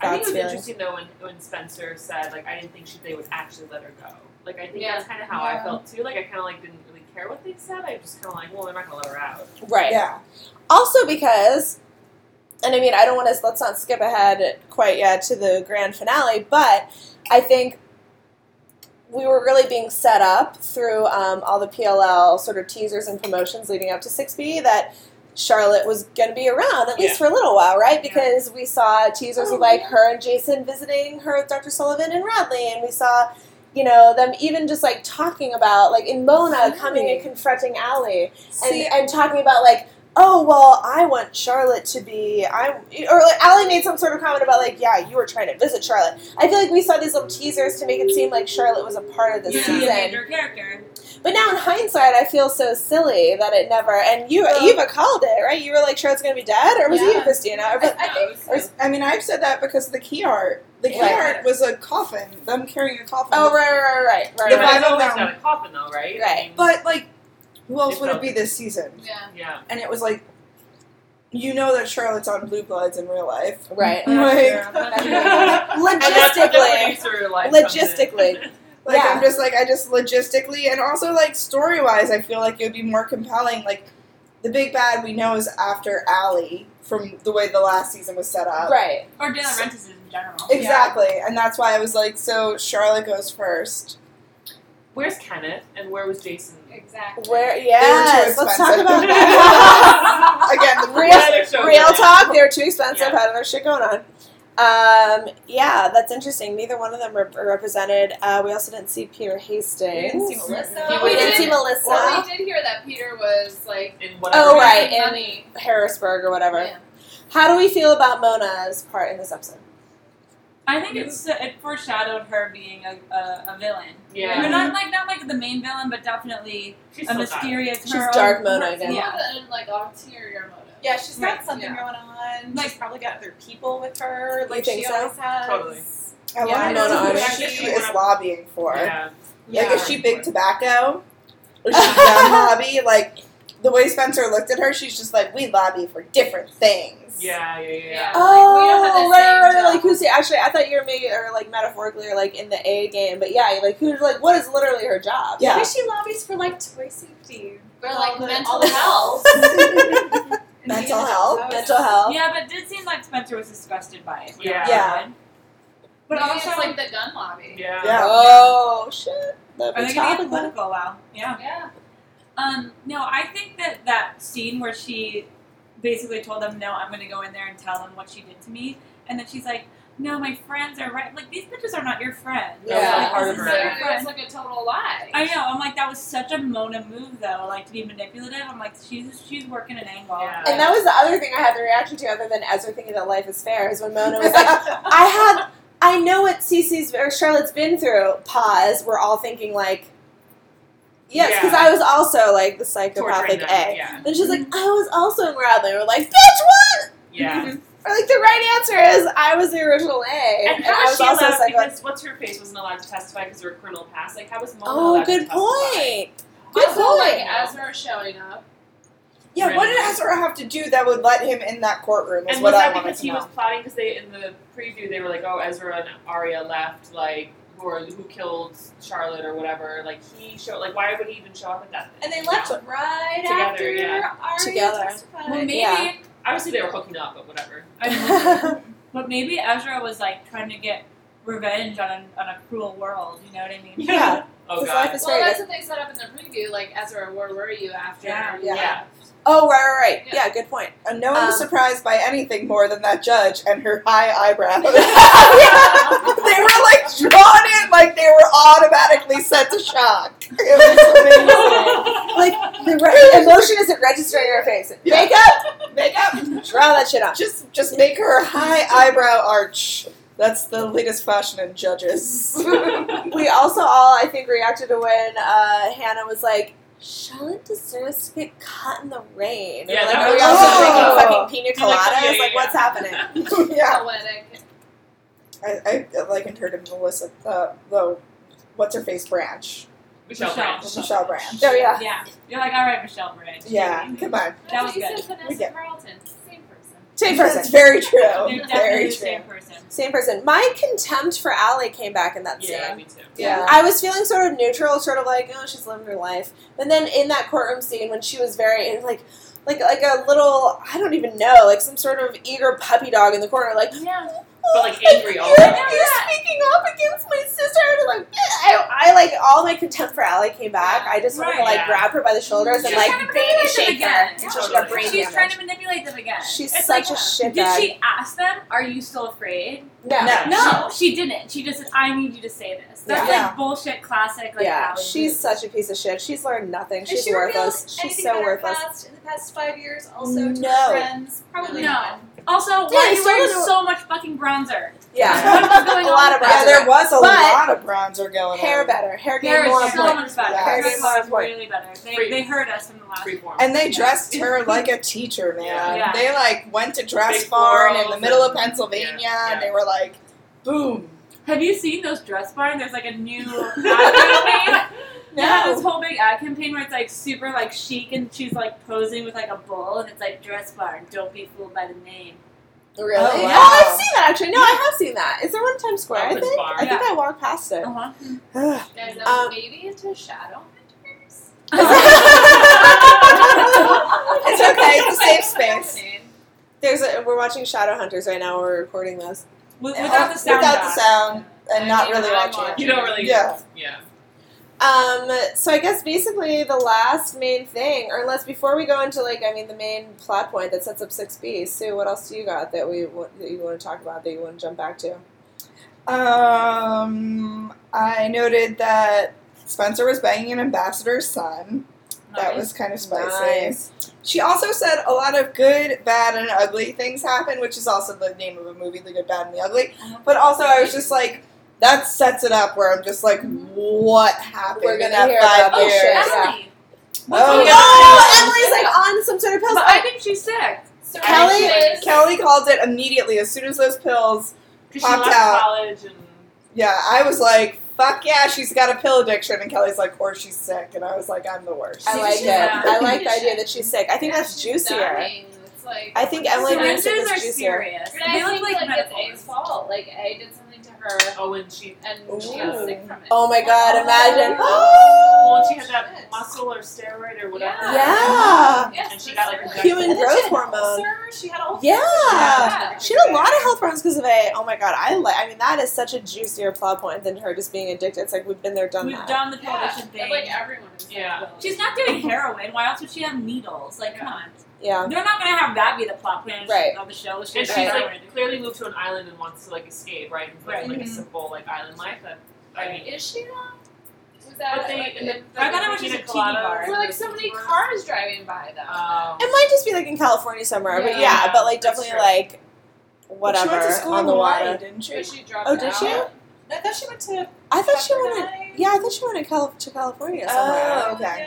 Speaker 10: I think
Speaker 2: Thoughts,
Speaker 10: it was
Speaker 2: feelings?
Speaker 10: interesting though when, when Spencer said like I didn't think she, they would actually let her go. Like I think
Speaker 9: Yeah.
Speaker 10: that's kind of how
Speaker 8: Yeah.
Speaker 10: I felt too. Like I kind of like didn't really care what they said. I just kind of like well they're not gonna let her out.
Speaker 2: Right.
Speaker 1: Yeah,
Speaker 2: Also because, and I mean, I don't want to let's not skip ahead quite yet to the grand finale, but I think we were really being set up through um, all the PLL sort of teasers and promotions leading up to 6B that Charlotte was going to be around at least
Speaker 10: Yeah.
Speaker 2: for a little while, right?
Speaker 11: Yeah.
Speaker 2: Because we saw teasers of like her and Jason visiting her with Dr. Sullivan and Radley, and we saw. You know them, even just like talking about like in Mona coming and confronting Allie, and,
Speaker 1: See,
Speaker 2: and talking about like oh well i want charlotte to be i or like Allie made some sort of comment about like yeah you were trying to visit charlotte i feel like we saw these little teasers to make it seem like charlotte was a part of the
Speaker 11: yeah. a
Speaker 2: season
Speaker 11: major character.
Speaker 2: but now in hindsight i feel so silly that it never and you
Speaker 1: Well-
Speaker 2: eva called it right you were like charlotte's gonna be dead or was it you
Speaker 9: Yeah.
Speaker 2: christina or,
Speaker 9: I,
Speaker 2: but,
Speaker 9: I think
Speaker 1: or- I mean, I've said that because the key art, the key
Speaker 2: Right.
Speaker 1: art was a coffin. Them carrying a coffin.
Speaker 2: oh right right right right
Speaker 1: The
Speaker 2: right,
Speaker 10: Yeah, but
Speaker 1: vibe
Speaker 10: it's
Speaker 1: of
Speaker 10: always
Speaker 1: them-
Speaker 10: got a coffin though, right? I
Speaker 2: Right.
Speaker 10: mean,
Speaker 1: But like, who else
Speaker 10: It
Speaker 1: would it
Speaker 10: felt-
Speaker 1: be this season?
Speaker 9: yeah.
Speaker 10: yeah.
Speaker 2: [LAUGHS]
Speaker 1: And it was like, you know that Charlotte's on Blue Bloods in real life. [LAUGHS]
Speaker 2: right.
Speaker 1: Like,
Speaker 10: and
Speaker 11: Yeah.
Speaker 10: [LAUGHS] that's what the
Speaker 2: logistically
Speaker 10: producer life comes in.
Speaker 2: Logistically.
Speaker 1: Like
Speaker 2: Yeah.
Speaker 1: I'm just like I just logistically and also like story wise, I feel like it would be more compelling. Like the big bad we know is after Allie from the way the last season was set up.
Speaker 2: Right.
Speaker 11: Or De La Rentis in general.
Speaker 1: Exactly. And that's why I was like, so Charlotte goes first.
Speaker 10: Where's Kenneth and where was Jason?
Speaker 11: [LAUGHS]
Speaker 9: Exactly.
Speaker 2: Where? Yes. Let's talk
Speaker 1: expensive.
Speaker 2: about
Speaker 9: [LAUGHS]
Speaker 2: that. Again, the real
Speaker 10: Another show
Speaker 2: Real
Speaker 10: that-
Speaker 2: talk, they're too expensive,
Speaker 10: Yeah.
Speaker 2: had other shit going on. Um, yeah, that's interesting. Neither one of them were were represented. Uh, we also didn't see Peter Hastings.
Speaker 8: We didn't see Melissa.
Speaker 9: Yeah,
Speaker 2: We
Speaker 9: We
Speaker 2: didn't see
Speaker 9: didn't-
Speaker 2: Melissa
Speaker 9: Well, we did hear that Peter was like
Speaker 10: In whatever.
Speaker 2: Oh, right,
Speaker 9: making
Speaker 2: and-
Speaker 9: money.
Speaker 2: Harrisburg or whatever.
Speaker 9: Yeah.
Speaker 2: How do we feel about Mona's part in this episode?
Speaker 11: I think it's it foreshadowed her being a, a, a villain.
Speaker 10: Yeah.
Speaker 11: But not like not like the main villain, but definitely
Speaker 10: She's
Speaker 11: a
Speaker 10: still
Speaker 11: mysterious.
Speaker 2: She's
Speaker 11: her
Speaker 2: Dark
Speaker 11: own
Speaker 2: Mona
Speaker 11: person.
Speaker 2: again.
Speaker 11: Yeah.
Speaker 9: And like ulterior motive.
Speaker 8: Yeah, she's got
Speaker 11: Right,
Speaker 8: something
Speaker 9: yeah.
Speaker 8: going on.
Speaker 11: Like-
Speaker 8: she's probably got other people with her. Like
Speaker 2: think
Speaker 8: she
Speaker 2: so?
Speaker 8: always has.
Speaker 10: Totally.
Speaker 1: I
Speaker 8: Yeah,
Speaker 1: want to know
Speaker 2: I
Speaker 1: what
Speaker 10: don't know.
Speaker 1: she is lobbying for.
Speaker 10: Yeah.
Speaker 1: Like,
Speaker 10: Yeah.
Speaker 1: is she big tobacco? Is
Speaker 10: [LAUGHS]
Speaker 1: she dumb lobby? Like, the way Spencer looked at her, she's just like, we lobby for different things.
Speaker 10: Yeah, yeah, yeah.
Speaker 9: Yeah. we don't have the
Speaker 2: Oh, right, right,
Speaker 9: same
Speaker 2: right.
Speaker 9: job.
Speaker 2: Like who's the, actually? I thought you were maybe or like metaphorically or like in the A game, but yeah, like who's like what is literally her job?
Speaker 1: Yeah.
Speaker 8: Because she lobbies for like toy safety.
Speaker 9: For
Speaker 8: All
Speaker 9: like
Speaker 8: the- all
Speaker 9: mental
Speaker 8: the- [LAUGHS]
Speaker 9: health.
Speaker 8: and being
Speaker 1: Mental
Speaker 8: a-
Speaker 1: health,
Speaker 8: Oh,
Speaker 2: mental health.
Speaker 11: Yeah, but it did seem like Spencer was disgusted by it.
Speaker 10: Yeah.
Speaker 1: Yeah.
Speaker 11: But
Speaker 9: Maybe
Speaker 11: also,
Speaker 9: it's like the gun lobby.
Speaker 10: Yeah.
Speaker 1: Yeah.
Speaker 2: Oh shit! That'd
Speaker 11: are
Speaker 2: be
Speaker 11: they going to
Speaker 2: topical.
Speaker 11: get political? Wow. Yeah.
Speaker 9: Yeah.
Speaker 11: Um. No, I think that that scene where she basically told them, "No, I'm going to go in there and tell them what she did to me," and then she's like, "No, my friends are right. Like these bitches are not your friends."
Speaker 2: Yeah. Yeah.
Speaker 11: Like,
Speaker 10: Part
Speaker 11: this
Speaker 10: of
Speaker 11: is not
Speaker 10: her.
Speaker 11: your
Speaker 9: So it's
Speaker 11: friend.
Speaker 9: like a total lie.
Speaker 11: I know. I'm like that was such a Mona move though, like to be manipulative. I'm like she's she's working an angle.
Speaker 10: Yeah.
Speaker 2: And that was the other thing I had the reaction to, other than Ezra thinking that life is fair, is when Mona was
Speaker 10: [LAUGHS]
Speaker 2: like, I have, I know what Cece's or Charlotte's been through. Pause. We're all thinking like, yes, because
Speaker 10: Yeah.
Speaker 2: I was also like the
Speaker 10: Torturing
Speaker 2: psychopathic
Speaker 10: them.
Speaker 2: A.
Speaker 10: Yeah.
Speaker 2: Then she's like, I was also in Radley. We're like, bitch, what?
Speaker 10: Yeah.
Speaker 2: Or like the right answer is I was the original A,
Speaker 10: And
Speaker 2: I
Speaker 10: how
Speaker 2: was
Speaker 10: was she
Speaker 2: also
Speaker 10: allowed,
Speaker 2: psycho.
Speaker 10: because what's her face wasn't allowed to testify because of her criminal past? Like, how was Mona
Speaker 2: Oh,
Speaker 10: allowed to
Speaker 2: good
Speaker 10: testify?
Speaker 2: point. Good
Speaker 9: Also, like
Speaker 2: point.
Speaker 9: Ezra showing up.
Speaker 1: Yeah, what did Ezra have to do that would let him in that courtroom is
Speaker 10: And
Speaker 1: what
Speaker 10: was
Speaker 1: I
Speaker 10: that
Speaker 1: wanted
Speaker 10: because
Speaker 1: to
Speaker 10: he
Speaker 1: know. [LAUGHS]
Speaker 10: was plotting? Because they in the preview they were like, "Oh, Ezra and Arya left, like, who are who killed Charlotte or whatever." Like he showed, like, why would he even show up at that?
Speaker 8: And they left
Speaker 10: You know?
Speaker 8: right
Speaker 10: Together,
Speaker 8: after
Speaker 10: yeah.
Speaker 8: Arya
Speaker 2: Together.
Speaker 8: testified.
Speaker 11: Well, maybe,
Speaker 2: Yeah.
Speaker 10: Obviously, they were hooking up, but whatever.
Speaker 11: I don't know. but maybe Ezra was like trying to get revenge on a, on a cruel world. You know what I mean?
Speaker 1: Yeah.
Speaker 10: Oh
Speaker 2: His
Speaker 10: god.
Speaker 2: life is
Speaker 9: well,
Speaker 2: fair.
Speaker 9: that's what they set up in the preview. Like Ezra, where were you after?
Speaker 11: Yeah.
Speaker 9: you
Speaker 10: [LAUGHS] Yeah.
Speaker 9: left?
Speaker 2: Oh, right, right, right. Yeah,
Speaker 9: Yeah.
Speaker 2: good point.
Speaker 1: And Uh, no one was
Speaker 2: Um,
Speaker 1: surprised by anything more than that judge and her high eyebrows.
Speaker 10: [LAUGHS]
Speaker 1: they were like drawn in, like they were automatically set to shock. It was
Speaker 2: Like [LAUGHS] the re- emotion isn't registering in her face.
Speaker 1: Yeah.
Speaker 2: Makeup,
Speaker 1: amazing. Makeup,
Speaker 2: draw that shit on.
Speaker 1: just just make her a high eyebrow arch. That's the latest fashion in judges. [LAUGHS]
Speaker 2: We also all, I think, reacted to when uh, Hannah was like, Charlotte deserves to get caught in the rain. And
Speaker 10: Yeah,
Speaker 2: like, are
Speaker 10: that
Speaker 2: we
Speaker 10: was-
Speaker 2: also
Speaker 1: Oh.
Speaker 2: drinking fucking pina
Speaker 10: You're like,
Speaker 2: coladas?
Speaker 10: yeah, yeah,
Speaker 2: like,
Speaker 10: yeah.
Speaker 2: what's
Speaker 10: [LAUGHS]
Speaker 2: happening?
Speaker 1: yeah,
Speaker 9: Poetic.
Speaker 1: I, I likened her to Melissa, uh, the what's her face branch,
Speaker 10: Michelle.
Speaker 11: Michelle.
Speaker 10: Branch.
Speaker 1: Michelle Branch.
Speaker 2: Oh, yeah.
Speaker 11: Yeah. You're like, all right, Michelle Branch.
Speaker 1: Yeah, come on.
Speaker 11: That
Speaker 9: That's what
Speaker 11: was
Speaker 9: you
Speaker 11: good.
Speaker 9: said, Vanessa
Speaker 1: Yeah.
Speaker 9: Carlton, same person.
Speaker 2: Same
Speaker 1: That's
Speaker 2: person.
Speaker 1: very true.
Speaker 2: Oh,
Speaker 11: They're definitely
Speaker 1: Very
Speaker 11: the
Speaker 1: true.
Speaker 11: same person.
Speaker 2: [LAUGHS] Same person. My contempt for Allie came back in that scene.
Speaker 10: Yeah, me too.
Speaker 1: Yeah.
Speaker 2: I was feeling sort of neutral, sort of like, oh, she's living her life. But then in that courtroom scene, when she was very it was like, like, like a little, I don't even know, like some sort of eager puppy dog in the corner, like,
Speaker 11: Yeah.
Speaker 10: But, like,
Speaker 2: "Oh,
Speaker 10: angry
Speaker 2: you're,
Speaker 10: all the time."
Speaker 2: you're speaking up against my sister, and I'm like, "Eh." I, I like all my contempt for Allie came back. I just wanted to
Speaker 11: Right,
Speaker 2: like
Speaker 10: yeah.
Speaker 2: grab her by the shoulders and
Speaker 11: She's
Speaker 2: like
Speaker 11: trying to
Speaker 2: bang,
Speaker 11: manipulate them
Speaker 2: shake her
Speaker 11: again.
Speaker 2: until she
Speaker 10: Totally.
Speaker 2: got brain
Speaker 11: She's trying
Speaker 2: damage.
Speaker 11: to manipulate them again.
Speaker 2: She's
Speaker 11: It's
Speaker 2: such
Speaker 11: like,
Speaker 2: a shitbag.
Speaker 11: Did she ask them, are you still afraid?
Speaker 2: no.
Speaker 10: No.
Speaker 11: No, she didn't. She just said, I need you to say this. That's
Speaker 1: Yeah.
Speaker 11: like bullshit classic. Like,
Speaker 2: yeah,
Speaker 11: Ally
Speaker 2: she's
Speaker 11: move.
Speaker 2: such a piece of shit. She's learned nothing.
Speaker 8: Has
Speaker 2: She's
Speaker 8: she revealed
Speaker 2: worthless. She's
Speaker 8: anything
Speaker 2: so
Speaker 8: about her
Speaker 2: worthless.
Speaker 8: Past, in the past five years, also to
Speaker 1: No.
Speaker 8: her friends, probably
Speaker 11: No.
Speaker 8: not.
Speaker 11: Also,
Speaker 2: Yeah,
Speaker 11: why are
Speaker 2: you
Speaker 11: you
Speaker 2: still
Speaker 11: wearing
Speaker 2: don't-
Speaker 11: so much fucking bronzer?
Speaker 2: Yeah.
Speaker 11: What is going
Speaker 2: [LAUGHS] A
Speaker 11: on
Speaker 2: lot
Speaker 11: with
Speaker 2: of
Speaker 11: that?
Speaker 1: Yeah, there was a
Speaker 2: But-
Speaker 1: lot of bronzer going
Speaker 2: Hair
Speaker 1: on.
Speaker 2: better. Hair game
Speaker 11: Hair
Speaker 2: more
Speaker 11: is so
Speaker 2: important.
Speaker 11: much better.
Speaker 1: Yes.
Speaker 11: Hair game
Speaker 2: Yes.
Speaker 11: is really better. They,
Speaker 10: Free.
Speaker 11: they heard us from the last
Speaker 10: Free form.
Speaker 1: And they
Speaker 11: Yeah.
Speaker 1: dressed
Speaker 2: [LAUGHS]
Speaker 1: her like a teacher, man.
Speaker 11: Yeah.
Speaker 1: They like went to dress
Speaker 10: Big
Speaker 1: barn in
Speaker 10: florals
Speaker 1: the middle of
Speaker 10: and-
Speaker 1: Pennsylvania,
Speaker 10: yeah, yeah.
Speaker 1: and they were like, "Boom!"
Speaker 11: Have you seen those dress barn? There's like a
Speaker 2: [LAUGHS]
Speaker 11: new ad campaign. They have this whole big ad campaign where it's like super like chic and she's like posing with like a bull and it's like dress barn. Don't be fooled by the name.
Speaker 2: Really?
Speaker 1: Oh,
Speaker 2: Oh,
Speaker 1: wow.
Speaker 2: I've seen that actually. No, I have seen that. Is there one in Times Square? I
Speaker 10: Open
Speaker 2: think.
Speaker 10: bar.
Speaker 2: I think I walked past it.
Speaker 11: Uh-huh.
Speaker 9: Guys,
Speaker 2: Um, [LAUGHS]
Speaker 9: maybe into Shadowhunters.
Speaker 2: Is
Speaker 1: It's okay. It's a
Speaker 10: [LAUGHS]
Speaker 1: safe space.
Speaker 2: There's a, we're watching Shadowhunters right now. We're recording this.
Speaker 11: With- without the sound.
Speaker 1: Without the
Speaker 11: on.
Speaker 1: sound and not really
Speaker 9: I'm
Speaker 1: watching it.
Speaker 10: You don't really.
Speaker 1: Yeah.
Speaker 10: Yeah.
Speaker 2: Um, so I guess basically the last main thing, or unless before we go into like I mean the main plot point that sets up six B. Sue, what else do you got that we wa- that you want to talk about that you want to jump back to?
Speaker 1: Um, I noted that Spencer was banging an ambassador's son. That
Speaker 11: Nice.
Speaker 1: was kind of spicy.
Speaker 2: Nice.
Speaker 1: She also said a lot of good, bad, and ugly things happen, which is also the name of a movie, The Good, Bad, and the Ugly.
Speaker 2: Uh-huh.
Speaker 1: But also, I was just like, that sets it up where I'm just like, what happened
Speaker 2: We're
Speaker 1: in
Speaker 2: gonna
Speaker 1: that
Speaker 2: hear
Speaker 1: five
Speaker 2: about
Speaker 1: years?
Speaker 2: this shit. Yeah.
Speaker 11: Ellie.
Speaker 2: no,
Speaker 1: Oh, yeah.
Speaker 2: Emily's like on some sort of
Speaker 11: But
Speaker 2: pills.
Speaker 11: I think she's sick.
Speaker 9: So
Speaker 1: Kelly,
Speaker 9: anyways,
Speaker 1: Kelly called it immediately as soon as those pills.
Speaker 11: Because
Speaker 1: Popped
Speaker 11: she left
Speaker 1: out.
Speaker 11: college and
Speaker 1: Yeah, I was like, fuck yeah, she's got a pill addiction. And Kelly's like, or she's sick. And I was like, I'm the worst.
Speaker 2: I like
Speaker 11: She's
Speaker 2: it. I like the
Speaker 9: dying.
Speaker 2: idea that she's sick. I think that's
Speaker 9: she's
Speaker 2: juicier.
Speaker 9: dying. It's like
Speaker 2: I think Emily being
Speaker 11: syringes
Speaker 2: sick is
Speaker 11: are
Speaker 2: juicier.
Speaker 11: serious.
Speaker 9: And I
Speaker 11: They look
Speaker 9: think,
Speaker 11: like,
Speaker 9: like, it's A's
Speaker 11: medicals.
Speaker 9: fault. Like A did something to her,
Speaker 10: Oh, and she.
Speaker 9: and she got
Speaker 1: Ooh.
Speaker 9: sick from it.
Speaker 2: Oh my god! Imagine. [GASPS]
Speaker 10: Well, and she had
Speaker 9: Shit.
Speaker 10: that muscle or steroid or whatever.
Speaker 2: Yeah.
Speaker 9: Yes,
Speaker 10: And she
Speaker 9: for
Speaker 10: got, like,
Speaker 9: steroids.
Speaker 10: injected.
Speaker 2: Human
Speaker 9: And then
Speaker 2: growth
Speaker 9: she had an
Speaker 2: hormone.
Speaker 9: ulcer, She had all.
Speaker 2: Yeah.
Speaker 9: Yeah.
Speaker 2: She had a lot of health problems because of it. Oh my god, I like. I mean, that is such a juicier plot point than her just being addicted. It's like we've been there, done
Speaker 11: We've
Speaker 2: that.
Speaker 11: done the
Speaker 9: Yeah.
Speaker 11: prohibition
Speaker 9: And,
Speaker 11: thing.
Speaker 9: like everyone. Is
Speaker 10: Yeah.
Speaker 11: She's not doing heroin. Why else would she have needles? Like, come on.
Speaker 2: yeah,
Speaker 11: They're not gonna have that be the plot plan
Speaker 2: Right.
Speaker 11: of the show. It's
Speaker 10: And
Speaker 11: just
Speaker 10: she's
Speaker 11: heroin.
Speaker 10: like clearly moved to an island and wants to like escape, right? And live,
Speaker 11: Right.
Speaker 10: like a
Speaker 1: Mhm.
Speaker 10: simple like island life. That I
Speaker 9: Like,
Speaker 10: mean,
Speaker 9: is she though? Was that
Speaker 10: But they-
Speaker 9: like,
Speaker 10: and then-
Speaker 11: I thought it was just a
Speaker 10: Pina
Speaker 11: tiki
Speaker 10: colada.
Speaker 11: bar.
Speaker 9: Well, like so many cars driving by though.
Speaker 10: Um,
Speaker 11: Oh,
Speaker 2: it might just be like in California somewhere, but yeah,
Speaker 10: Yeah,
Speaker 2: but like
Speaker 10: that's
Speaker 2: definitely
Speaker 10: true.
Speaker 2: like
Speaker 1: But
Speaker 2: whatever
Speaker 1: She went to school
Speaker 2: on
Speaker 1: in
Speaker 2: the
Speaker 1: Hawaii,
Speaker 2: water.
Speaker 1: didn't she?
Speaker 9: But she dropped
Speaker 2: Oh, did
Speaker 9: out.
Speaker 2: she?
Speaker 8: I thought she went to.
Speaker 2: I thought she
Speaker 8: Pepperdine.
Speaker 2: wanted. Yeah, I thought she went to, Cal- to California somewhere.
Speaker 1: Oh, okay.
Speaker 8: Yeah.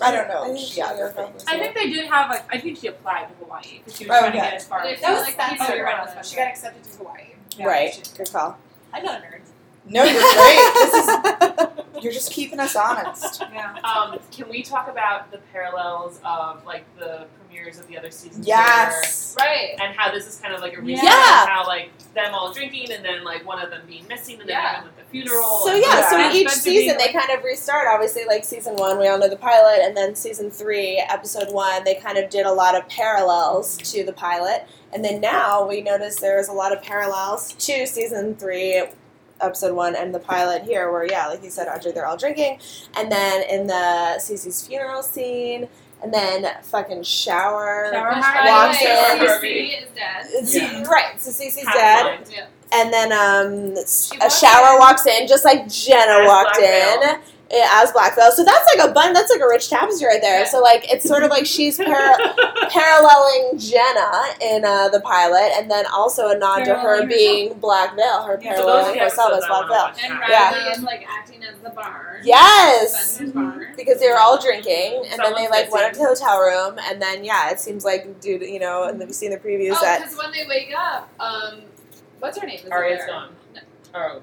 Speaker 1: I don't
Speaker 2: I
Speaker 1: know.
Speaker 2: think she
Speaker 1: yeah,
Speaker 2: was
Speaker 1: they're
Speaker 2: from-
Speaker 1: from-
Speaker 11: I think they did have like I think she applied to Hawaii because she was
Speaker 1: Oh,
Speaker 11: trying to
Speaker 1: okay.
Speaker 11: get as far.
Speaker 9: They
Speaker 11: as
Speaker 9: felt
Speaker 11: as
Speaker 9: like
Speaker 11: possible.
Speaker 9: Spencer
Speaker 11: Oh, you're right,
Speaker 9: was-
Speaker 11: that's
Speaker 8: She
Speaker 11: right.
Speaker 8: got accepted to Hawaii.
Speaker 2: Right. Good call.
Speaker 8: I'm not a nerd.
Speaker 1: No, you're great. This is, you're just keeping us honest.
Speaker 11: Yeah.
Speaker 10: um, can we talk about the parallels of like the premieres of the other seasons?
Speaker 1: Yes.
Speaker 9: Right.
Speaker 10: later, And how this is kind of like a
Speaker 11: Yeah.
Speaker 10: recap
Speaker 2: Yeah.
Speaker 10: of how like them all drinking and then like one of them being missing and then
Speaker 9: Yeah.
Speaker 10: everyone at the funeral.
Speaker 2: So
Speaker 10: and-
Speaker 2: yeah,
Speaker 1: Yeah.
Speaker 2: so
Speaker 11: And
Speaker 2: each
Speaker 11: it's meant to be
Speaker 2: season
Speaker 10: [LAUGHS]
Speaker 2: they kind of restart. Obviously, like season one, we all know the pilot, and then season three, episode one, they kind of did a lot of parallels to the pilot, and then now we notice there's a lot of parallels to season three. Episode one and the pilot here, where yeah, like you said, Audrey, they're all drinking, and then in the Cece's funeral scene, and then fucking shower,
Speaker 11: Shower
Speaker 9: Which,
Speaker 11: hard.
Speaker 9: by
Speaker 2: Walks
Speaker 9: the
Speaker 2: in.
Speaker 9: way, CC is dead.
Speaker 2: See,
Speaker 10: Yeah.
Speaker 2: right? So Cece's
Speaker 10: Half
Speaker 2: dead,
Speaker 10: blind.
Speaker 9: Yeah.
Speaker 2: and then um, s- a
Speaker 9: walks
Speaker 2: shower
Speaker 9: in.
Speaker 2: walks in, just like Jenna
Speaker 10: As
Speaker 2: walked
Speaker 10: Black
Speaker 2: in
Speaker 10: Veil.
Speaker 2: yeah, as Black Veil. So that's like a bun. That's like a rich tapestry right there.
Speaker 9: Yeah.
Speaker 2: So like it's sort of like she's
Speaker 10: [LAUGHS]
Speaker 2: par- paralleling Jenna in uh, the pilot, and then also a nod to her
Speaker 11: Paralleling
Speaker 2: being Black Veil, her
Speaker 10: So those are
Speaker 2: paralleling
Speaker 10: the
Speaker 2: herself as
Speaker 10: episodes I
Speaker 2: Black
Speaker 10: wanna
Speaker 2: Veil.
Speaker 10: watch
Speaker 9: And
Speaker 10: now.
Speaker 9: Riley
Speaker 2: Yeah.
Speaker 9: is like acting as the barn.
Speaker 2: Yes.
Speaker 9: Spencer's barn.
Speaker 2: Because they were all drinking, and then they
Speaker 10: Someone's
Speaker 2: like went up to
Speaker 10: missing.
Speaker 2: the hotel room, and then yeah, it seems like dude, you know, and we've seen the previews
Speaker 9: Oh,
Speaker 2: that
Speaker 9: because when they wake up, um, what's her name? Is
Speaker 10: Aria's
Speaker 9: there?
Speaker 10: gone.
Speaker 9: No.
Speaker 10: Oh.
Speaker 9: No,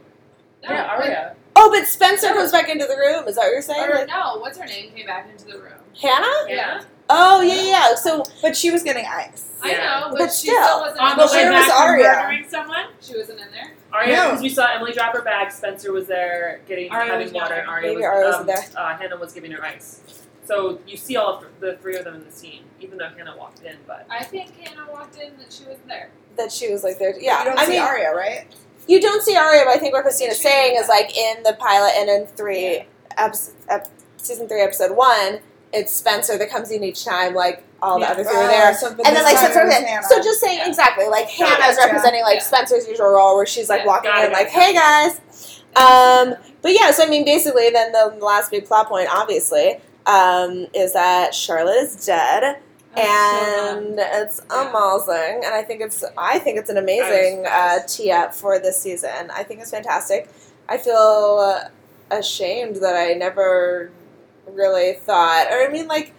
Speaker 10: yeah,
Speaker 9: wait,
Speaker 10: Aria.
Speaker 1: Mm-hmm.
Speaker 2: oh, but Spencer comes back into the room. Is that what you're saying?
Speaker 9: Or
Speaker 2: Like,
Speaker 9: no, what's her name? Came back into the room.
Speaker 2: Hannah?
Speaker 9: Yeah.
Speaker 2: Oh yeah, yeah. yeah. So
Speaker 1: But she was getting ice.
Speaker 9: I
Speaker 10: Yeah.
Speaker 9: know, but,
Speaker 2: But
Speaker 9: she
Speaker 2: still,
Speaker 9: wasn't
Speaker 10: On
Speaker 9: in
Speaker 10: the
Speaker 1: But
Speaker 9: there.
Speaker 10: way
Speaker 1: where
Speaker 10: back
Speaker 1: was
Speaker 10: from
Speaker 1: Aria?
Speaker 10: murdering someone,
Speaker 9: She wasn't in there.
Speaker 10: Aria,
Speaker 1: No.
Speaker 10: because we saw Emily drop her bag. Spencer was there getting
Speaker 11: Aria
Speaker 10: having
Speaker 11: was
Speaker 10: water,
Speaker 11: there.
Speaker 10: and Aria
Speaker 2: Maybe
Speaker 10: was,
Speaker 2: Aria
Speaker 10: um,
Speaker 2: wasn't there.
Speaker 10: Uh, Hannah was giving her ice. So you see all of the three of them in the scene, even though Hannah walked in. But
Speaker 9: I think Hannah walked in that she wasn't there.
Speaker 2: that she was like there. Yeah,
Speaker 1: You don't
Speaker 2: I
Speaker 1: see
Speaker 2: mean,
Speaker 1: Aria, right?
Speaker 2: You don't see Arya, but I think what Christina's
Speaker 9: She-
Speaker 2: saying is like in the pilot and in three,
Speaker 9: Yeah.
Speaker 2: eps ep- season three, episode one, it's Spencer that comes in each time, like all
Speaker 11: Yeah.
Speaker 2: the other three are there.
Speaker 1: so, but
Speaker 2: And then,
Speaker 1: this
Speaker 2: like,
Speaker 1: time
Speaker 2: so,
Speaker 1: it was
Speaker 2: Hannah.
Speaker 1: Hannah.
Speaker 2: so just saying
Speaker 9: Yeah.
Speaker 2: exactly, like, Hannah Hannah's
Speaker 1: gotcha.
Speaker 2: representing, like,
Speaker 9: Yeah.
Speaker 2: Spencer's usual role where she's, like,
Speaker 10: Yeah,
Speaker 2: walking
Speaker 10: got
Speaker 2: in,
Speaker 10: it,
Speaker 2: like,
Speaker 10: got it.
Speaker 2: hey, guys. Um, but yeah, so, I mean, basically, then the last big plot point, obviously, um, is that Charlotte is dead. And it's
Speaker 9: Yeah.
Speaker 2: amazing, and I think it's I think it's an amazing uh, tee up for this season. I think it's fantastic. I feel uh, ashamed that I never really thought, or I mean, like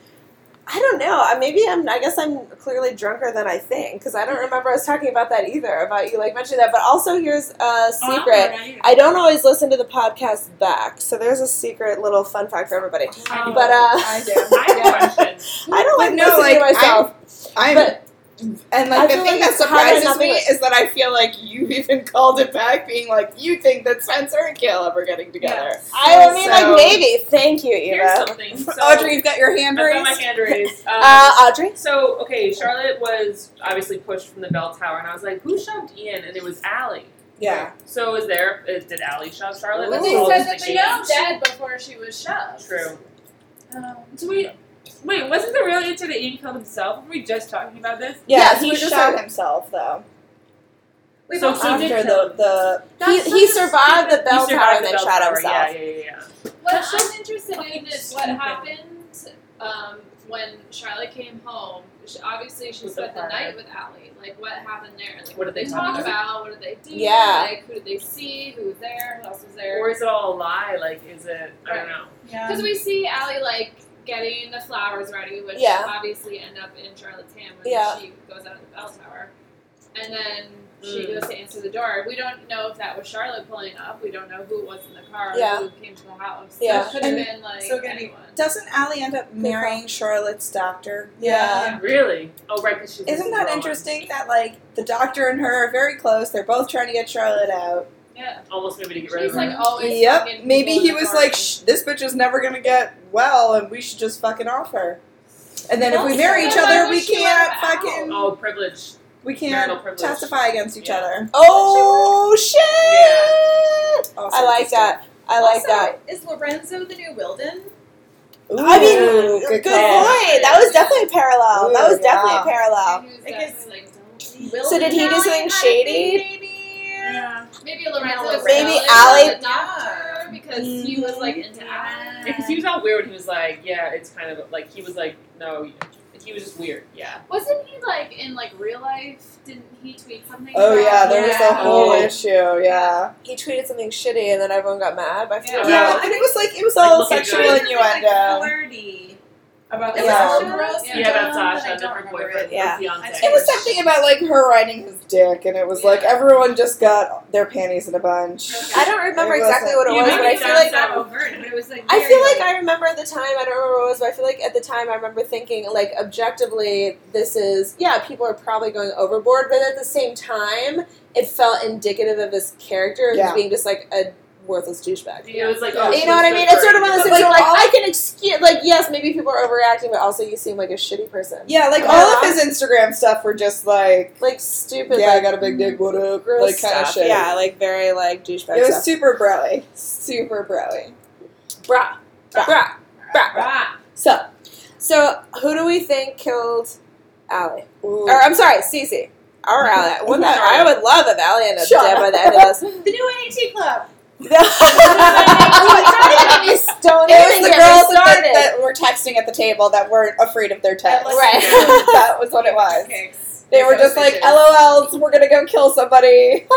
Speaker 2: I don't know. I- Maybe I'm. I guess I'm clearly drunker than I think because I don't remember us talking about that either. About you like mentioning that, but also here's a secret. I don't always listen to the podcast back, so there's a secret little fun fact for everybody.
Speaker 10: Oh, I
Speaker 2: But uh,
Speaker 1: I do.
Speaker 2: [LAUGHS]
Speaker 10: I have a question.
Speaker 2: I don't
Speaker 1: But
Speaker 2: like
Speaker 1: no,
Speaker 2: listening to
Speaker 1: like,
Speaker 2: myself.
Speaker 1: I'm
Speaker 2: But-
Speaker 1: And
Speaker 2: I
Speaker 1: like the
Speaker 2: feel like
Speaker 1: thing that
Speaker 2: it's hard
Speaker 1: surprises
Speaker 2: enough
Speaker 1: me
Speaker 2: that-
Speaker 1: is that I feel like you even called it back, being like, "You think that Spencer and Caleb are getting together?"
Speaker 2: I mean,
Speaker 1: So-
Speaker 2: like maybe. Thank you,
Speaker 10: Here's
Speaker 2: Eva.
Speaker 10: something. So,
Speaker 1: Audrey, you've got your hand
Speaker 10: I've got
Speaker 1: raised.
Speaker 10: my hand raised. Um,
Speaker 2: Uh, Audrey.
Speaker 10: so okay, Charlotte was obviously pushed from the bell tower, and I was like, "Who shoved Ian?" And it was Allie.
Speaker 1: yeah,
Speaker 10: So is there? Is, did Allie shove Charlotte?
Speaker 8: But
Speaker 10: That's
Speaker 8: they
Speaker 10: all
Speaker 8: said
Speaker 10: just
Speaker 8: that
Speaker 10: the
Speaker 8: they
Speaker 10: game.
Speaker 8: were dead before she was shoved.
Speaker 10: True.
Speaker 8: Um,
Speaker 11: Do we? Wait, wasn't the real answer that Ian killed himself? Were we just talking about this?
Speaker 1: yeah.
Speaker 2: Yes,
Speaker 1: he
Speaker 2: we just
Speaker 1: shot
Speaker 2: had-
Speaker 1: himself though.
Speaker 8: wait,
Speaker 11: So
Speaker 8: but
Speaker 11: she did
Speaker 1: after
Speaker 11: kill
Speaker 1: the the
Speaker 11: That's
Speaker 2: He-
Speaker 11: such
Speaker 2: he
Speaker 11: a
Speaker 2: survived
Speaker 11: stupid-
Speaker 2: the bell
Speaker 10: He survived
Speaker 2: tower and
Speaker 10: the
Speaker 2: then
Speaker 10: bell
Speaker 2: shot
Speaker 10: tower.
Speaker 2: himself.
Speaker 10: Yeah, yeah, yeah.
Speaker 9: What
Speaker 11: That's
Speaker 9: I'm interested in is what
Speaker 11: stupid.
Speaker 9: happened um, when Charlotte came home. She, obviously, she
Speaker 10: With the
Speaker 9: spent the,
Speaker 10: partner.
Speaker 9: night with Allie. Like, what happened there? Like,
Speaker 10: What did they
Speaker 9: talk
Speaker 10: talk
Speaker 9: about? What did they do?
Speaker 2: Yeah.
Speaker 9: Like, who did they see? Who was there? Who else was
Speaker 10: yeah.
Speaker 9: there?
Speaker 10: Or is it all a lie? Like, is it? I don't know.
Speaker 8: Yeah.
Speaker 9: Because we
Speaker 1: um,
Speaker 9: see Allie like getting the flowers ready, which
Speaker 2: Yeah.
Speaker 9: obviously end up in Charlotte's hand when
Speaker 2: Yeah.
Speaker 9: she goes out of the bell tower, and then she
Speaker 10: Mm.
Speaker 9: goes to answer the door. We don't know if that was Charlotte pulling up. We don't know who it was in the car.
Speaker 2: Yeah.
Speaker 9: Who came to the house?
Speaker 2: Yeah.
Speaker 9: So it could have
Speaker 1: And
Speaker 9: been like
Speaker 8: so gonna be-
Speaker 9: anyone.
Speaker 1: Doesn't Allie end up marrying Charlotte's doctor?
Speaker 2: Yeah.
Speaker 10: Really? Oh, right. Cause she's
Speaker 1: Isn't that
Speaker 10: wrong.
Speaker 1: interesting that like the doctor and her are very close? They're both trying to get Charlotte out.
Speaker 9: yeah.
Speaker 10: Almost maybe to get rid
Speaker 9: She's
Speaker 10: of her.
Speaker 9: like always.
Speaker 1: Yep.
Speaker 9: Oh, fucking
Speaker 1: Maybe
Speaker 9: people
Speaker 1: he
Speaker 9: in the
Speaker 1: was
Speaker 9: car.
Speaker 1: like, Shh, "This bitch is never gonna get well, and we should just fucking off her." And then if we
Speaker 8: Well,
Speaker 1: marry
Speaker 8: so
Speaker 1: each
Speaker 8: then why
Speaker 1: other,
Speaker 8: would
Speaker 1: we
Speaker 8: she let
Speaker 1: can't
Speaker 8: her out?
Speaker 1: fucking
Speaker 10: oh, privilege.
Speaker 1: we
Speaker 10: Marital
Speaker 1: can't
Speaker 10: privilege.
Speaker 1: testify against each
Speaker 10: Yeah.
Speaker 1: other.
Speaker 2: Oh shit!
Speaker 1: All
Speaker 2: I
Speaker 1: sorts
Speaker 2: like
Speaker 1: of stuff.
Speaker 2: that. I like
Speaker 8: also,
Speaker 2: that.
Speaker 8: Is Lorenzo the new Wilden?
Speaker 2: I mean,
Speaker 1: Ooh,
Speaker 2: good,
Speaker 1: call.
Speaker 2: point. That was definitely a parallel. that
Speaker 1: Ooh,
Speaker 2: was definitely
Speaker 1: yeah.
Speaker 2: a parallel.
Speaker 9: He was
Speaker 8: Like,
Speaker 9: definitely
Speaker 8: it's-
Speaker 9: like, don't.
Speaker 8: Wilden
Speaker 2: did he do
Speaker 8: Allie
Speaker 2: something
Speaker 8: had a
Speaker 2: shady?
Speaker 8: thing, maybe?
Speaker 11: Yeah.
Speaker 9: Maybe Lorenzo. was
Speaker 2: Maybe
Speaker 9: jealous of
Speaker 2: Allie- Mm-hmm.
Speaker 9: the doctor because he was like into Allie.
Speaker 10: Because he was all weird. He was like, yeah, it's kind of like he was like, no, you- he was just weird. Yeah.
Speaker 9: Wasn't he like in like real life? Didn't he tweet something?
Speaker 1: Oh yeah, there was a
Speaker 11: Yeah.
Speaker 1: whole
Speaker 10: Oh.
Speaker 1: issue. Yeah,
Speaker 2: He tweeted something shitty, and then everyone got mad. I feel
Speaker 8: Yeah.
Speaker 2: like-
Speaker 1: yeah,
Speaker 8: I
Speaker 1: and it
Speaker 8: think-
Speaker 1: was like it was
Speaker 10: Like,
Speaker 1: all
Speaker 10: look at
Speaker 1: sexual
Speaker 10: you guys.
Speaker 8: Like,
Speaker 1: innuendo.
Speaker 8: flirty about
Speaker 1: It
Speaker 8: the
Speaker 1: was
Speaker 8: Sasha
Speaker 1: Sasha?
Speaker 8: Rosen
Speaker 9: Yeah.
Speaker 8: one,
Speaker 10: Yeah,
Speaker 8: but I
Speaker 10: about Sasha,
Speaker 8: don't
Speaker 10: and then her
Speaker 8: remember
Speaker 10: boyfriend,
Speaker 8: it.
Speaker 2: Yeah.
Speaker 10: her fiance.
Speaker 8: It
Speaker 1: It was something about like her riding his dick, and it was like
Speaker 9: Yeah.
Speaker 1: everyone just got their panties in a bunch.
Speaker 9: Okay.
Speaker 2: I don't remember
Speaker 1: It was
Speaker 2: exactly
Speaker 1: a-
Speaker 2: what it
Speaker 10: You
Speaker 2: was,
Speaker 10: made
Speaker 2: but
Speaker 10: me
Speaker 2: I feel
Speaker 10: sound
Speaker 2: like
Speaker 10: so
Speaker 8: overt, but it was like
Speaker 2: I
Speaker 8: very,
Speaker 2: feel like
Speaker 8: like
Speaker 2: I remember at the time. I don't remember what it was, but I feel like at the time I remember thinking like objectively, this is yeah, people are probably going overboard, but at the same time, it felt indicative of his character as
Speaker 1: Yeah.
Speaker 2: being just like a worthless douchebag.
Speaker 10: It was like, oh,
Speaker 2: You
Speaker 10: she
Speaker 2: know what
Speaker 10: was
Speaker 2: I mean? It's sort of one of those
Speaker 1: But,
Speaker 10: different.
Speaker 2: things where,
Speaker 1: like,
Speaker 2: like
Speaker 1: all-
Speaker 2: I can excuse like yes, maybe people are overreacting, but also you seem like a shitty person.
Speaker 1: Yeah, like
Speaker 2: Yeah.
Speaker 1: all of his Instagram stuff were just like,
Speaker 2: Like stupid.
Speaker 1: yeah, I
Speaker 2: like,
Speaker 1: got a big dick, what up?
Speaker 2: gross
Speaker 1: Like kind of
Speaker 2: stuff.
Speaker 1: shit.
Speaker 2: Yeah, like very like douchebag
Speaker 1: It was
Speaker 2: stuff.
Speaker 1: super broy, super broy.
Speaker 2: Brah. Brah. Brah.
Speaker 10: Right.
Speaker 2: So, so who do we think killed Allie?
Speaker 1: Ooh.
Speaker 2: Or I'm sorry, Cece. Or
Speaker 1: [LAUGHS]
Speaker 2: Allie. Wouldn't that- I would love if Allie ended up
Speaker 1: Shut
Speaker 2: dead by
Speaker 1: up.
Speaker 2: the end
Speaker 1: [LAUGHS]
Speaker 2: of this.
Speaker 8: the new NAT club.
Speaker 2: It was the girls
Speaker 1: It was the girls that,
Speaker 2: started.
Speaker 1: that were texting at the table that weren't afraid of their
Speaker 8: That
Speaker 1: text.
Speaker 8: was-
Speaker 2: Right.
Speaker 1: [LAUGHS] that was what it was.
Speaker 8: Kicks.
Speaker 1: They were
Speaker 8: Those
Speaker 1: just like,
Speaker 8: bitches.
Speaker 1: LOLs, we're gonna go kill [LAUGHS] somebody.
Speaker 10: [LAUGHS]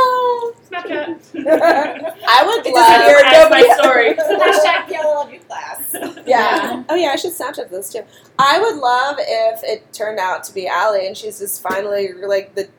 Speaker 10: Snapchat.
Speaker 2: I would
Speaker 1: It
Speaker 2: love.
Speaker 1: doesn't hear
Speaker 10: That's
Speaker 1: [LAUGHS]
Speaker 10: my
Speaker 1: nobody-
Speaker 2: [LAUGHS]
Speaker 10: story.
Speaker 8: [LAUGHS] Hashtag yell of your class.
Speaker 1: Yeah.
Speaker 2: Oh yeah, I should Snapchat this too. I would love if it turned out to be Allie and she's just finally like the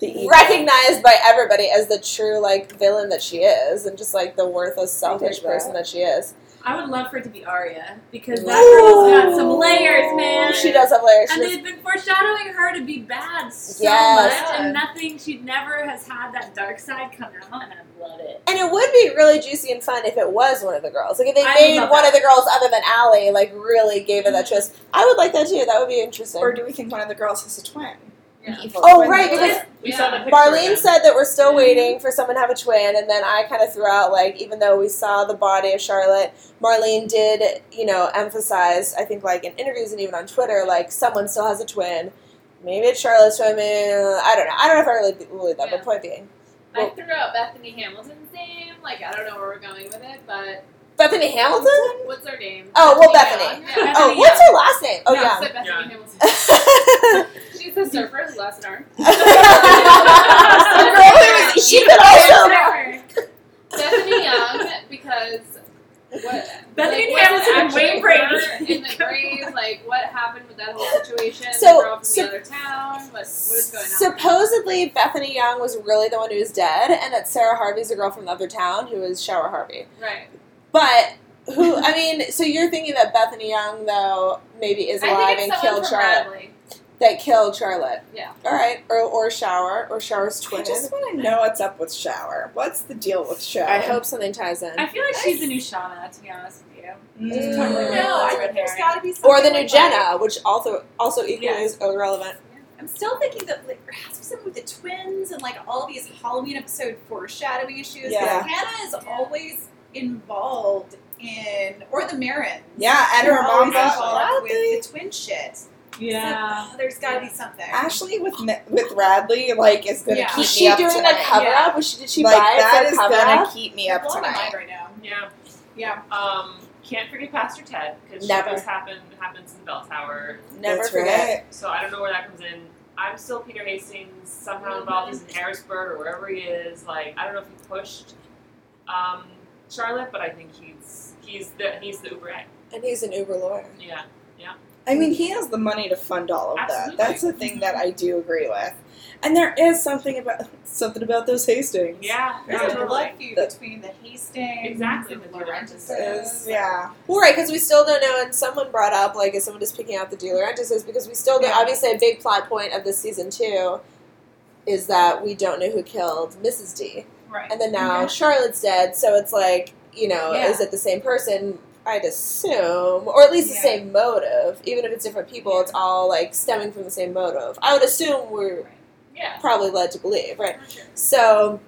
Speaker 1: The
Speaker 2: recognized by everybody as the true like villain that she is and just like the worthless selfish
Speaker 1: that.
Speaker 2: person that she is.
Speaker 11: I would love for it to be Arya because that girl's got some layers, man.
Speaker 2: She does have layers. She
Speaker 11: And
Speaker 2: does-
Speaker 11: they've been foreshadowing her to be bad so
Speaker 2: Yes.
Speaker 11: much, and nothing. She never has had that dark side come out, and I love it.
Speaker 2: And it would be really juicy and fun if it was one of the girls. Like if they
Speaker 11: I
Speaker 2: made
Speaker 11: love
Speaker 2: one
Speaker 11: that.
Speaker 2: of the girls other than Allie, like really gave her that twist. I would like that too. That would be interesting.
Speaker 1: Or do we think one of the girls has a twin?
Speaker 9: Yeah.
Speaker 1: An evil
Speaker 2: oh
Speaker 1: twin
Speaker 2: right, because
Speaker 1: that-
Speaker 10: We saw the picture
Speaker 2: Marlene
Speaker 10: again.
Speaker 2: said that we're still waiting for someone to have a twin, and then I kind of threw out like even though we saw the body of Charlotte, Marlene did you know emphasize I think like in interviews and even on Twitter like someone still has a twin. Maybe it's Charlotte's twin. Maybe, I don't know. I don't know if I really believe that,
Speaker 9: Yeah.
Speaker 2: but point being,
Speaker 9: I threw out Bethany Hamilton's name. Like I don't know where we're going with it, but
Speaker 2: Bethany Hamilton.
Speaker 9: what's her name?
Speaker 2: Oh, well,
Speaker 9: Bethany. Young? Yeah.
Speaker 2: Oh,
Speaker 11: Bethany,
Speaker 2: what's her last name? Oh
Speaker 9: No,
Speaker 2: yeah.
Speaker 9: I said Bethany
Speaker 10: Yeah.
Speaker 9: Hamilton.
Speaker 2: [LAUGHS] the
Speaker 9: She's a surfer who lost an arm.
Speaker 2: girl who was, she could also.
Speaker 9: Bethany Young because what?
Speaker 11: Bethany
Speaker 9: like, what's
Speaker 11: Hamilton and
Speaker 9: actually
Speaker 11: Wayne Brady.
Speaker 9: her in the grave. Like what happened with that whole situation?
Speaker 2: So,
Speaker 9: the girl from
Speaker 2: sup-
Speaker 9: the other town. What, what is going on?
Speaker 2: Supposedly, Bethany Young was really the one who was dead, and that Sarah Harvey's the girl from the other town who was Shower Harvey.
Speaker 9: right.
Speaker 2: But who? I mean, so you're thinking that Bethany Young though maybe is
Speaker 9: I
Speaker 2: alive
Speaker 9: think
Speaker 2: and
Speaker 9: it's someone
Speaker 2: killed
Speaker 9: from
Speaker 2: Charlotte?
Speaker 9: Bradley.
Speaker 2: that killed Charlotte.
Speaker 9: Yeah.
Speaker 2: All right, or or shower or shower's
Speaker 1: I
Speaker 2: twin.
Speaker 1: just want to know what's up with Shower. What's the deal with Shower?
Speaker 2: I hope something ties in,
Speaker 11: I feel like she's the new Shauna, to be honest with you.
Speaker 1: Mm.
Speaker 11: totally
Speaker 8: No,
Speaker 11: Yeah.
Speaker 8: I think there's got to be something
Speaker 2: or the new
Speaker 8: like
Speaker 2: Jenna, which also also equally
Speaker 11: Yeah.
Speaker 2: is irrelevant.
Speaker 8: I'm still thinking that like, there has to be something with the twins and like all these Halloween episode foreshadowing issues. 'cause
Speaker 1: Yeah.
Speaker 8: Hannah is always involved in, or the Marins.
Speaker 1: Yeah, and
Speaker 8: They're
Speaker 1: her
Speaker 8: always
Speaker 1: mom's
Speaker 8: involved
Speaker 1: Ashley.
Speaker 8: with the twin shit. It's like, oh, there's got to be something.
Speaker 1: Ashley with Ma- with Radley like is gonna
Speaker 8: Yeah.
Speaker 1: keep
Speaker 2: Was
Speaker 1: me
Speaker 2: she
Speaker 1: up
Speaker 2: doing
Speaker 1: tonight.
Speaker 2: that cover
Speaker 8: Yeah.
Speaker 2: up? Was she, did she
Speaker 1: like
Speaker 2: buy it
Speaker 1: that
Speaker 2: for
Speaker 1: is
Speaker 2: a cover
Speaker 1: gonna
Speaker 2: up?
Speaker 1: keep me up
Speaker 8: Blowing my
Speaker 1: tonight.
Speaker 8: mind right now.
Speaker 10: Yeah.
Speaker 8: Yeah.
Speaker 10: Um, can't forget Pastor Ted because
Speaker 2: Never.
Speaker 10: this happen, happens in the bell tower.
Speaker 2: Never
Speaker 1: That's
Speaker 2: forget.
Speaker 1: right.
Speaker 10: So I don't know where that comes in. I'm still Peter Hastings, somehow involved. He's in
Speaker 9: Mm-hmm.
Speaker 10: Harrisburg or wherever he is. Like I don't know if he pushed um, Charlotte, but I think he's he's the he's the Uber. egg.
Speaker 2: And he's an Uber lawyer.
Speaker 10: Yeah.
Speaker 1: I mean, he has the money to fund all of
Speaker 10: Absolutely.
Speaker 1: that. That's the thing that I do agree with. And there is something about [LAUGHS] something about those Hastings.
Speaker 10: Yeah.
Speaker 8: There's
Speaker 10: yeah,
Speaker 8: a blood
Speaker 10: totally.
Speaker 8: feud
Speaker 1: The-
Speaker 8: between the Hastings
Speaker 10: Exactly,
Speaker 8: and the
Speaker 10: the Laurentises.
Speaker 1: Is- yeah.
Speaker 2: Well, right, because we still don't know, and someone brought up like if someone is picking out the De Laurentiis, because we still don't.
Speaker 8: Yeah.
Speaker 2: Obviously, a big plot point of this season two is that we don't know who killed Mrs. D,
Speaker 8: Right.
Speaker 2: and then
Speaker 1: Mm-hmm.
Speaker 2: now Charlotte's dead. So it's like you know,
Speaker 8: Yeah.
Speaker 2: is it the same person? I'd assume, or at least the
Speaker 8: Yeah.
Speaker 2: same motive. Even if it's different people, it's all like stemming from the same motive. I would assume we're
Speaker 10: Yeah.
Speaker 2: probably led to believe, right?
Speaker 8: For sure.
Speaker 2: So,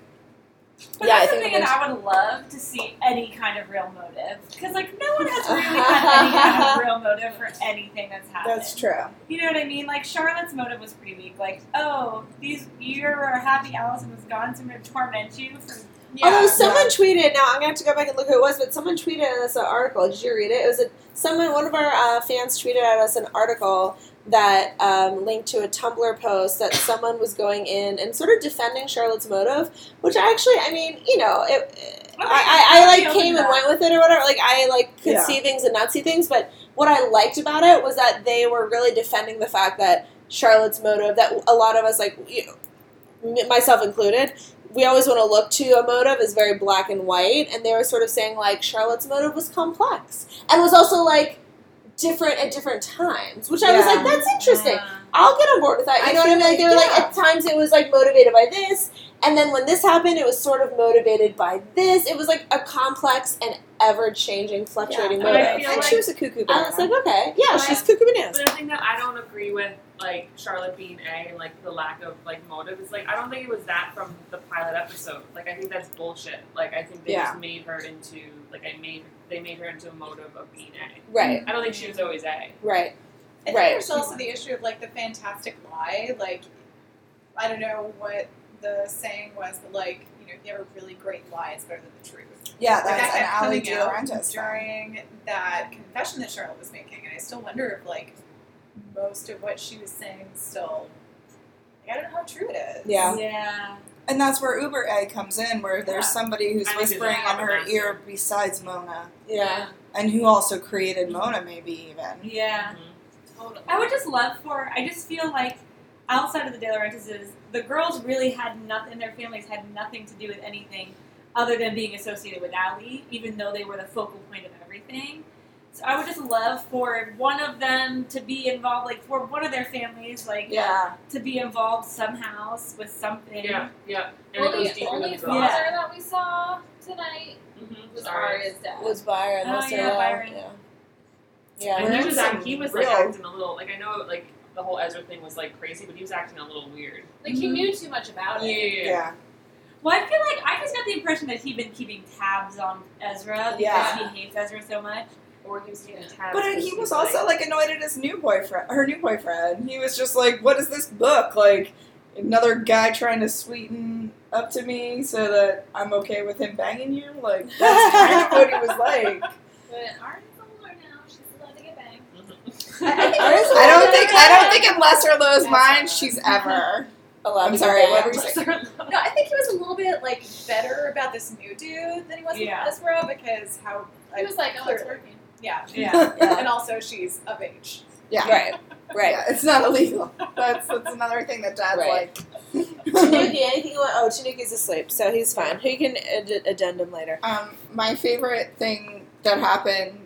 Speaker 11: But
Speaker 2: yeah, I
Speaker 11: that's
Speaker 2: think
Speaker 11: the thing
Speaker 2: we're-
Speaker 11: that I would love to see any kind of real motive, because like no one has really had any
Speaker 2: [LAUGHS]
Speaker 11: kind of real motive for anything that's happened.
Speaker 1: That's true.
Speaker 11: You know what I mean? Like Charlotte's motive was pretty weak. Like, oh, these you were happy Allison was gone, so I'm gonna torment you for
Speaker 8: Yeah.
Speaker 2: Although someone tweeted, now I'm gonna have to go back and look who it was, but someone tweeted at us an article. Did you read it? It was a someone, one of our uh, fans tweeted at us an article that um, linked to a Tumblr post that someone was going in and sort of defending Charlotte's motive, which I actually, I mean, you know, it, I, I, I
Speaker 11: Okay,
Speaker 2: like
Speaker 11: open
Speaker 2: came
Speaker 11: it
Speaker 2: and
Speaker 11: up.
Speaker 2: went with it or whatever. Like I like could
Speaker 1: Yeah.
Speaker 2: see things and not see things, but what I liked about it was that they were really defending the fact that Charlotte's motive that a lot of us like you m- myself included we always want to look to a motive as very black and white and they were sort of saying like Charlotte's motive was complex and was also like different at different times which I was
Speaker 1: Yeah.
Speaker 2: like that's interesting
Speaker 11: Uh,
Speaker 2: I'll get on board with that. You
Speaker 1: I
Speaker 2: know what I
Speaker 1: feel
Speaker 2: mean? Like, they were
Speaker 1: like,
Speaker 2: like at times it was like motivated by this, and then when this happened, it was sort of motivated by this. It was like a complex and ever changing, fluctuating
Speaker 10: Yeah,
Speaker 1: But
Speaker 10: but I
Speaker 2: motive.
Speaker 1: I,
Speaker 10: feel
Speaker 1: and
Speaker 10: like-
Speaker 1: she was a cuckoo
Speaker 2: I was
Speaker 1: banana.
Speaker 2: like, okay, yeah,
Speaker 10: But-
Speaker 2: she's cuckoo bananas.
Speaker 10: But the thing that I don't agree with, like Charlotte being A and like the lack of like motive, is like I don't think it was that from the pilot episode. Like I think that's bullshit. Like I think they
Speaker 1: Yeah.
Speaker 10: just made her into like I made they made her into a motive of being A.
Speaker 2: Right,
Speaker 10: I don't think she was always A.
Speaker 2: right.
Speaker 8: I think
Speaker 2: Right.
Speaker 8: there's also the issue of like the fantastic lie. Like, I don't know what the saying was, but like, you know, if you have a really great lie, it's better than the truth.
Speaker 1: yeah,
Speaker 8: Like,
Speaker 1: that's
Speaker 8: that
Speaker 1: an
Speaker 8: kept
Speaker 1: Ally
Speaker 8: coming
Speaker 1: De
Speaker 8: out
Speaker 1: Laurentiis.
Speaker 8: during that confession that Charlotte was making, and I still wonder if like most of what she was saying still. I don't know how true it is.
Speaker 1: Yeah.
Speaker 11: yeah.
Speaker 1: And that's where Uber A comes in, where there's
Speaker 10: Yeah.
Speaker 1: somebody who's
Speaker 10: I think it's
Speaker 1: whispering
Speaker 10: a
Speaker 1: in her
Speaker 10: master.
Speaker 1: ear besides Mona,
Speaker 2: Yeah,
Speaker 1: and who also created Mona, maybe even.
Speaker 11: Yeah. I would just love for. I just feel like outside of the De Laurentiis, the girls really had nothing. Their families had nothing to do with anything other than being associated with Ali, even though they were the focal point of everything. So I would just love for one of them to be involved, like for one of their families, like
Speaker 1: Yeah.
Speaker 11: to be involved somehow with something.
Speaker 10: Yeah, yeah. And
Speaker 9: Well,
Speaker 10: it goes
Speaker 9: the
Speaker 10: deeper
Speaker 9: only
Speaker 10: than the
Speaker 9: father
Speaker 10: girls.
Speaker 11: Yeah.
Speaker 9: that we saw tonight
Speaker 10: Mhm.
Speaker 9: was
Speaker 10: Sorry.
Speaker 9: Arya's dad.
Speaker 2: was Byron.
Speaker 11: Oh,
Speaker 2: that's
Speaker 11: yeah,
Speaker 2: it.
Speaker 11: Byron.
Speaker 2: Yeah.
Speaker 10: And
Speaker 1: Where's
Speaker 10: he was
Speaker 1: some
Speaker 10: act- he was like
Speaker 1: real-
Speaker 10: acting a little like I know like the whole Ezra thing was like crazy, but he was acting a little weird.
Speaker 9: Like he knew too much about
Speaker 10: Yeah,
Speaker 9: it.
Speaker 10: yeah, yeah.
Speaker 1: Yeah.
Speaker 11: Well, I feel like I just got the impression that he'd been keeping tabs on Ezra because
Speaker 1: Yeah.
Speaker 11: he hates Ezra so much.
Speaker 10: Or he was getting tabs.
Speaker 1: But
Speaker 10: because
Speaker 1: he was
Speaker 10: like-
Speaker 1: also like annoyed at his new boyfriend, her new boyfriend. He was just like, "What is this book? Like another guy trying to sweeten up to me so that I'm okay with him banging you?" Like that's
Speaker 10: [LAUGHS]
Speaker 1: kind of what he was like.
Speaker 9: But Arya's older now. She's allowed to get
Speaker 11: [LAUGHS]
Speaker 9: banged.
Speaker 8: I, I think
Speaker 1: I
Speaker 8: there's a
Speaker 1: don't
Speaker 8: little
Speaker 1: think
Speaker 8: bit of
Speaker 1: I
Speaker 8: that.
Speaker 1: don't think in Lesser Lowe's
Speaker 8: That's
Speaker 1: mind
Speaker 8: right.
Speaker 1: she's
Speaker 10: [LAUGHS]
Speaker 1: ever.
Speaker 2: Oh,
Speaker 1: I'm sorry, what were you
Speaker 2: saying?
Speaker 8: No, I think he was a little bit like better about this new dude than he was
Speaker 11: Yeah.
Speaker 8: with Ezra because how
Speaker 9: He was like, oh, it's
Speaker 8: Clearly.
Speaker 2: [LAUGHS]
Speaker 9: working.
Speaker 8: yeah.
Speaker 11: Yeah.
Speaker 8: [LAUGHS] and also she's of age.
Speaker 1: Yeah.
Speaker 2: Right, right.
Speaker 1: Yeah, it's not illegal. That's that's another thing that Dad's
Speaker 2: Right.
Speaker 1: like. [LAUGHS]
Speaker 2: Tanuki, anything you want? Oh, Tanuki's asleep, so he's fine. He can ad- addendum later.
Speaker 1: Um, my favorite thing that happened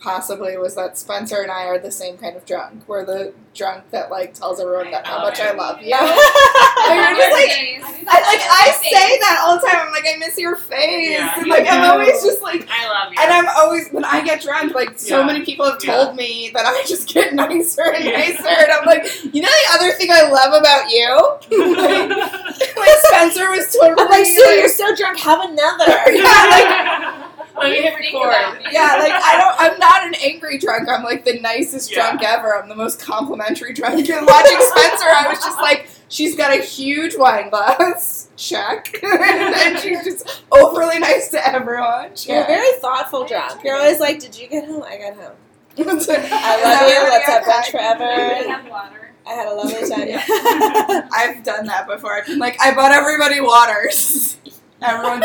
Speaker 1: possibly was that Spencer and I are the same kind of drunk. We're the drunk that like tells everyone that how much I love [LAUGHS] you. I'm just [LAUGHS] like, I, like I say that all the time. I'm like, I miss your face.
Speaker 10: Yeah.
Speaker 1: And, like I'm always just like,
Speaker 10: I love you.
Speaker 1: and
Speaker 10: [LAUGHS]
Speaker 1: I'm always when I get drunk. Like so
Speaker 10: Yeah.
Speaker 1: many people have
Speaker 10: Yeah.
Speaker 1: told me that I just get [LAUGHS] nicer and
Speaker 10: Yeah.
Speaker 1: nicer, and I'm like, you know, the other thing I love about you, like, like Spencer was totally
Speaker 2: I'm like, Sue, you're so drunk. Have [LAUGHS] another.
Speaker 1: yeah, like
Speaker 10: Let me hit
Speaker 9: Think about
Speaker 10: record.
Speaker 9: me.
Speaker 1: yeah, like I don't. I'm not an angry drunk. I'm like the nicest
Speaker 10: Yeah.
Speaker 1: drunk ever. I'm the most complimentary drunk. And watching Spencer, I was just like, she's got a huge wine glass. Check. [LAUGHS] and she's just overly nice to everyone.
Speaker 2: You're a
Speaker 1: Check.
Speaker 2: very thoughtful drunk. You're always like, did you get home? I got home.
Speaker 1: I [LAUGHS] love you.
Speaker 2: I love you. Let's have brunch forever.
Speaker 9: have water.
Speaker 2: I had a lovely time.
Speaker 1: [LAUGHS] I've done that before. I've been like, I bought everybody waters. [LAUGHS] Everyone's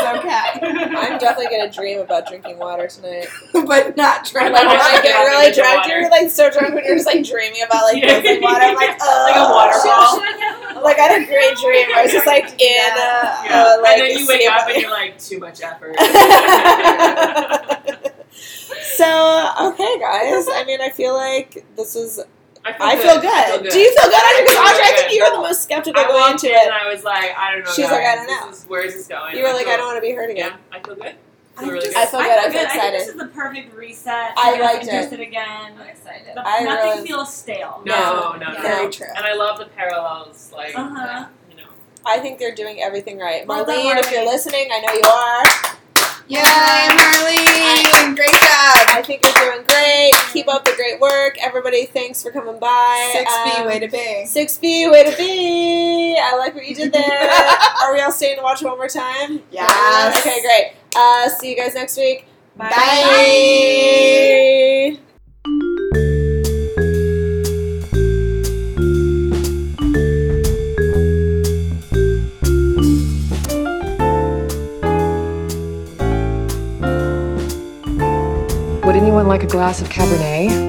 Speaker 2: [LAUGHS] [LAUGHS]
Speaker 1: okay,
Speaker 2: I'm definitely gonna dream about drinking water tonight.
Speaker 1: but not
Speaker 2: Like,
Speaker 1: drinking.
Speaker 2: when I
Speaker 10: Yeah,
Speaker 2: get
Speaker 10: I'm
Speaker 2: really
Speaker 10: gonna drink
Speaker 2: drunk,
Speaker 10: water.
Speaker 2: you're like so drunk when you're just like dreaming about
Speaker 10: [LAUGHS]
Speaker 2: like
Speaker 10: Yeah.
Speaker 2: drinking water. I'm like, oh,
Speaker 10: Like a waterfall.
Speaker 2: Like I had a great dream. I was just like in a
Speaker 10: Yeah.
Speaker 2: uh, like
Speaker 10: and then you wake
Speaker 2: sea of
Speaker 10: up and you're like, too
Speaker 2: [LAUGHS]
Speaker 10: much effort. I
Speaker 2: So okay, guys. I mean, I feel like this was.
Speaker 10: feel,
Speaker 2: I feel good.
Speaker 10: I feel good.
Speaker 2: Do you feel good after
Speaker 10: I
Speaker 2: this?
Speaker 10: feel
Speaker 2: Audrey, I
Speaker 10: good.
Speaker 2: think you were the most skeptical
Speaker 10: I
Speaker 2: going
Speaker 10: walked
Speaker 2: into
Speaker 10: in
Speaker 2: it.
Speaker 10: and I was like, I don't know.
Speaker 2: She's like, I don't
Speaker 10: guys.
Speaker 2: know.
Speaker 10: This is, where is this going?
Speaker 2: You were like,
Speaker 10: feel-
Speaker 2: I don't want to be hurt again.
Speaker 10: Yeah, I feel good. I
Speaker 11: I'm
Speaker 10: feel really
Speaker 11: just-
Speaker 10: good.
Speaker 2: I feel
Speaker 11: I
Speaker 2: good. I
Speaker 11: feel good. I
Speaker 2: feel
Speaker 11: think this
Speaker 2: excited.
Speaker 11: is the perfect reset.
Speaker 2: I
Speaker 11: I'm
Speaker 2: liked it.
Speaker 11: interested again.
Speaker 9: I'm excited.
Speaker 11: The-
Speaker 2: I
Speaker 11: nothing
Speaker 2: really-
Speaker 11: feels stale.
Speaker 10: no, no, no.
Speaker 2: Very
Speaker 1: true.
Speaker 10: And I love the parallels, like
Speaker 11: Uh-huh.
Speaker 10: you know.
Speaker 2: I think they're doing everything right.
Speaker 11: Well done,
Speaker 2: Marlene, if you're
Speaker 11: Marlene.
Speaker 2: listening, I know you are.
Speaker 1: Yay, Marlene! Great job.
Speaker 2: I think you're doing great. Keep up the great work. Everybody, thanks for coming by.
Speaker 1: Six B,
Speaker 2: Um,
Speaker 1: way to be.
Speaker 2: Six B, way to be. I like what you did there. Are we all staying to watch one more time?
Speaker 1: Yes.
Speaker 2: Okay, great. Uh, see you guys next week.
Speaker 11: Bye.
Speaker 2: Bye.
Speaker 6: Would anyone like a glass of Cabernet?